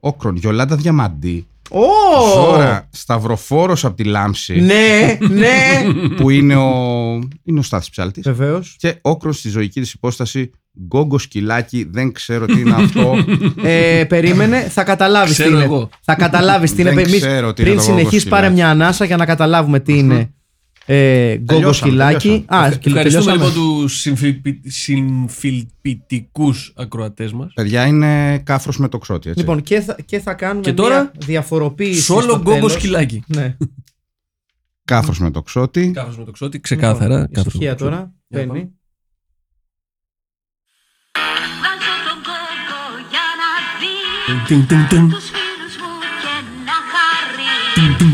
S3: Όκρον, Γιολάντα Διαμαντή,
S1: Ω!
S3: Ζώρα, Σταυροφόρος από τη Λάμψη,
S1: Ναι, ναι.
S3: που είναι ο, είναι ο Στάθης Ψάλτης.
S1: Βεβαίως.
S3: Και όκρος στη ζωική της υπόσταση. Γκόγκο σκυλάκι, δεν ξέρω τι είναι αυτό.
S1: Ε, περίμενε, θα καταλάβεις τι
S2: Ξέρω
S1: είναι.
S2: εγώ.
S1: Θα καταλάβεις τι είναι.
S3: Δεν
S1: Εμείς
S3: ξέρω τι είναι
S1: πριν
S3: το
S1: συνεχίσει,
S3: γόγκο
S1: πάρε
S3: σκυλάκι.
S1: μια ανάσα για να καταλάβουμε τι είναι. Ε, γκόγκο
S3: Τελειώσαμε,
S1: σκυλάκι.
S3: τελειώσαμε.
S1: Α,
S2: Ευχαριστούμε
S1: τελειώσαμε.
S2: λοιπόν τους συμφιλπιτικούς ακροατές μας.
S3: Παιδιά είναι κάφρος με το ξότι, έτσι.
S1: Λοιπόν, και θα, και θα κάνουμε
S2: Και τώρα,
S1: μια διαφοροποίηση.
S2: Σόλο
S1: στο
S2: γκόγκο
S1: τέλος.
S2: σκυλάκι.
S1: Ναι.
S3: Κάφρος με το ξότι.
S2: Κάφο με το ξότι, ξεκάθαρα.
S1: Λοιπόν,
S2: κάφρος με
S1: Ησυχία
S2: το ξότι.
S1: τώρα.
S2: Για
S1: Μπαίνει.
S2: πάμε.
S6: Βάζω τον κόκο για να δει
S2: Τιν, τιν, τιν.
S6: τους φίλους μου και να χαρεί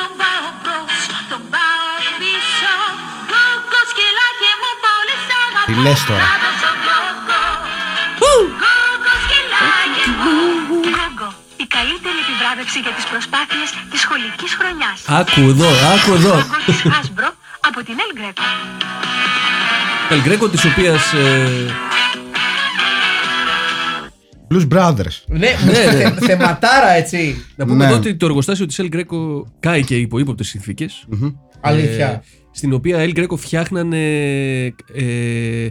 S6: Τον πάω μπρος, τον πάω πίσω Κόκο σκυλάκι μου πολύ σ' αγαπώ
S3: Τι λες τώρα.
S6: Θα δώσω κόκο Κόκο σκυλάκι μου Κάγκο, η καλύτερη επιβράβευση για τις προσπάθειες της σχολικής χρονιάς
S2: Άκου εδώ, άκου εδώ.
S6: Κόκο της Hasbro από την Elgrek
S2: Ελγκρέκο της οποίας. ε,
S3: Blues Brothers.
S1: Ναι,
S2: Ναι, ναι.
S1: θε- θεματάρα έτσι.
S2: Να πούμε
S3: Ναι.
S2: εδώ ότι το εργοστάσιο της Ελγκρέκο κάει και υπό ύποπτες συνθήκες.
S3: Ε,
S1: Αλήθεια.
S2: στην οποία El Greco φτιάχνανε ε,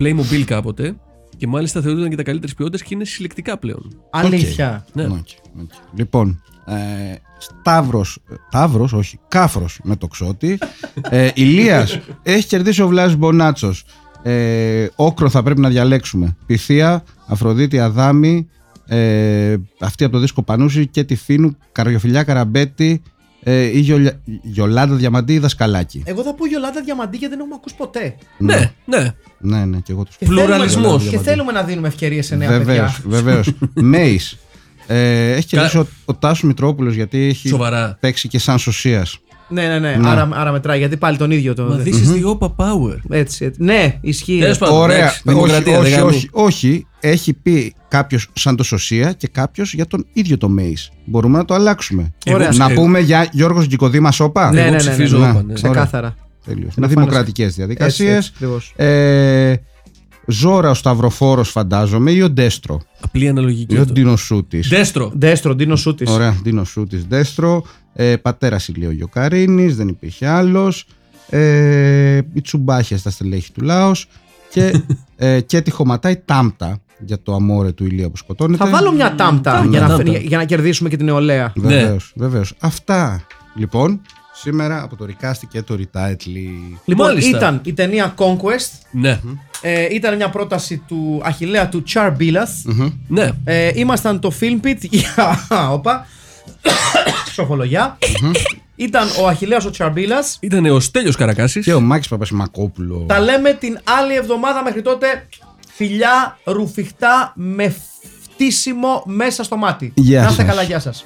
S2: Playmobil κάποτε και μάλιστα θεωρούνταν και τα καλύτερη ποιότητα και είναι συλλεκτικά πλέον.
S1: Αλήθεια.
S2: Ναι.
S3: Οκ, οκ. Λοιπόν, ε, Σταύρος, Ταύρος, όχι, Κάφρος με το ξότι. Ε, Ηλίας, έχει κερδίσει ο Βλάζης Μπονάτσος. Ε, όκρο θα πρέπει να διαλέξουμε. Πυθία, Αφροδίτη, Αδάμη, ε, αυτή από το δίσκο Πανούση και τη Φίνου, Καριοφιλιά, Καραμπέτη ε, ή Γιολια- Γιολάντα Διαμαντή ή Δασκαλάκη.
S1: Εγώ θα πω Γιολάντα Διαμαντή γιατί δεν έχουμε ακούσει ποτέ.
S2: Ναι, ναι.
S3: Ναι, ναι, και εγώ τους
S1: Και
S2: Πλουραλισμός.
S1: θέλουμε- Και
S3: Διαμαντή.
S1: θέλουμε να δίνουμε ευκαιρίες σε νέα
S3: Βεβαίως,
S1: παιδιά.
S3: βεβαίως. Μέης. Ε, έχει κερδίσει ο, ο Τάσος Μητρόπουλος γιατί έχει
S2: Σοβαρά.
S3: παίξει και σαν σωσίας.
S1: Ναι, ναι, ναι. Άρα, άρα μετράει γιατί πάλι τον ίδιο το.
S2: Μα this is the OPA power.
S1: Έτσι, έτσι. Ναι, ισχύει.
S2: Τέλος πάντων,
S3: Ωραία.
S2: εντάξει,
S3: όχι,
S2: δημοκρατία,
S3: όχι,
S2: δεν
S3: όχι, όχι. Έχει πει κάποιος σαν το Σωσία και κάποιος για τον ίδιο το Μέη. Μπορούμε να το αλλάξουμε.
S2: Εγώ
S1: Ωραία.
S3: Να
S2: ψηφίζω-
S3: πούμε για Γιώργος Γκικοδήμα Σόπα.
S1: Ναι, ναι, ναι,
S2: ψηφίζω
S3: ναι.
S2: όπα, ναι.
S3: Ξε-
S1: Ξεκάθαρα.
S3: Τέλειω.
S1: Να
S3: Με
S1: φάνε-
S3: δημοκρατικέ διαδικασίες.
S1: Έτσι, έτσι, ακριβώς.
S3: Ε, Ζώρα ο Σταυροφόρος, φαντάζομαι, ή ο Ντέστρο.
S2: Απλή αναλογική.
S3: Ή ο
S2: αυτό.
S3: Ντινοσούτη.
S2: Δέστρο.
S1: Ντέστρο, Ντίνο Σούτης.
S3: Ωραία, Ντινοσούτη, Ντέστρο. Ε, Πατέρας Ηλίου Γιοκαρίνη, δεν υπήρχε άλλος. Ε, η Τσουμπάχια στα στελέχη του λαός. Και, ε, και τη χωματάει τάμπτα για το αμόρε του Ηλία που σκοτώνεται.
S1: Θα βάλω μια τάμπτα για να,
S2: τάμπτα.
S1: για- για να κερδίσουμε και την νεολαία.
S3: Βεβαίως, βεβαίως. Αυτά λοιπόν σήμερα από το Recast και το Retitle.
S1: Λοιπόν,
S2: Μάλιστα.
S1: ήταν η ταινία Conquest.
S2: Ναι.
S1: Ε, ήταν μια πρόταση του Αχιλέα του Τσαρ Μπίλας.
S2: Ναι.
S1: Ε, ήμασταν το Film Pit για. Όπα. Σοφολογιά. ήταν ο Αχιλέας ο Τσαρμπίλας.
S2: Ήταν ο Στέλιος Καρακάσης.
S3: Και ο Μάκης Παπασημακόπουλο.
S1: Τα λέμε την άλλη εβδομάδα μέχρι τότε. Φιλιά ρουφιχτά με φτύσιμο μέσα στο μάτι.
S3: Γεια
S1: Να είστε
S3: σας.
S1: καλά, γεια σας.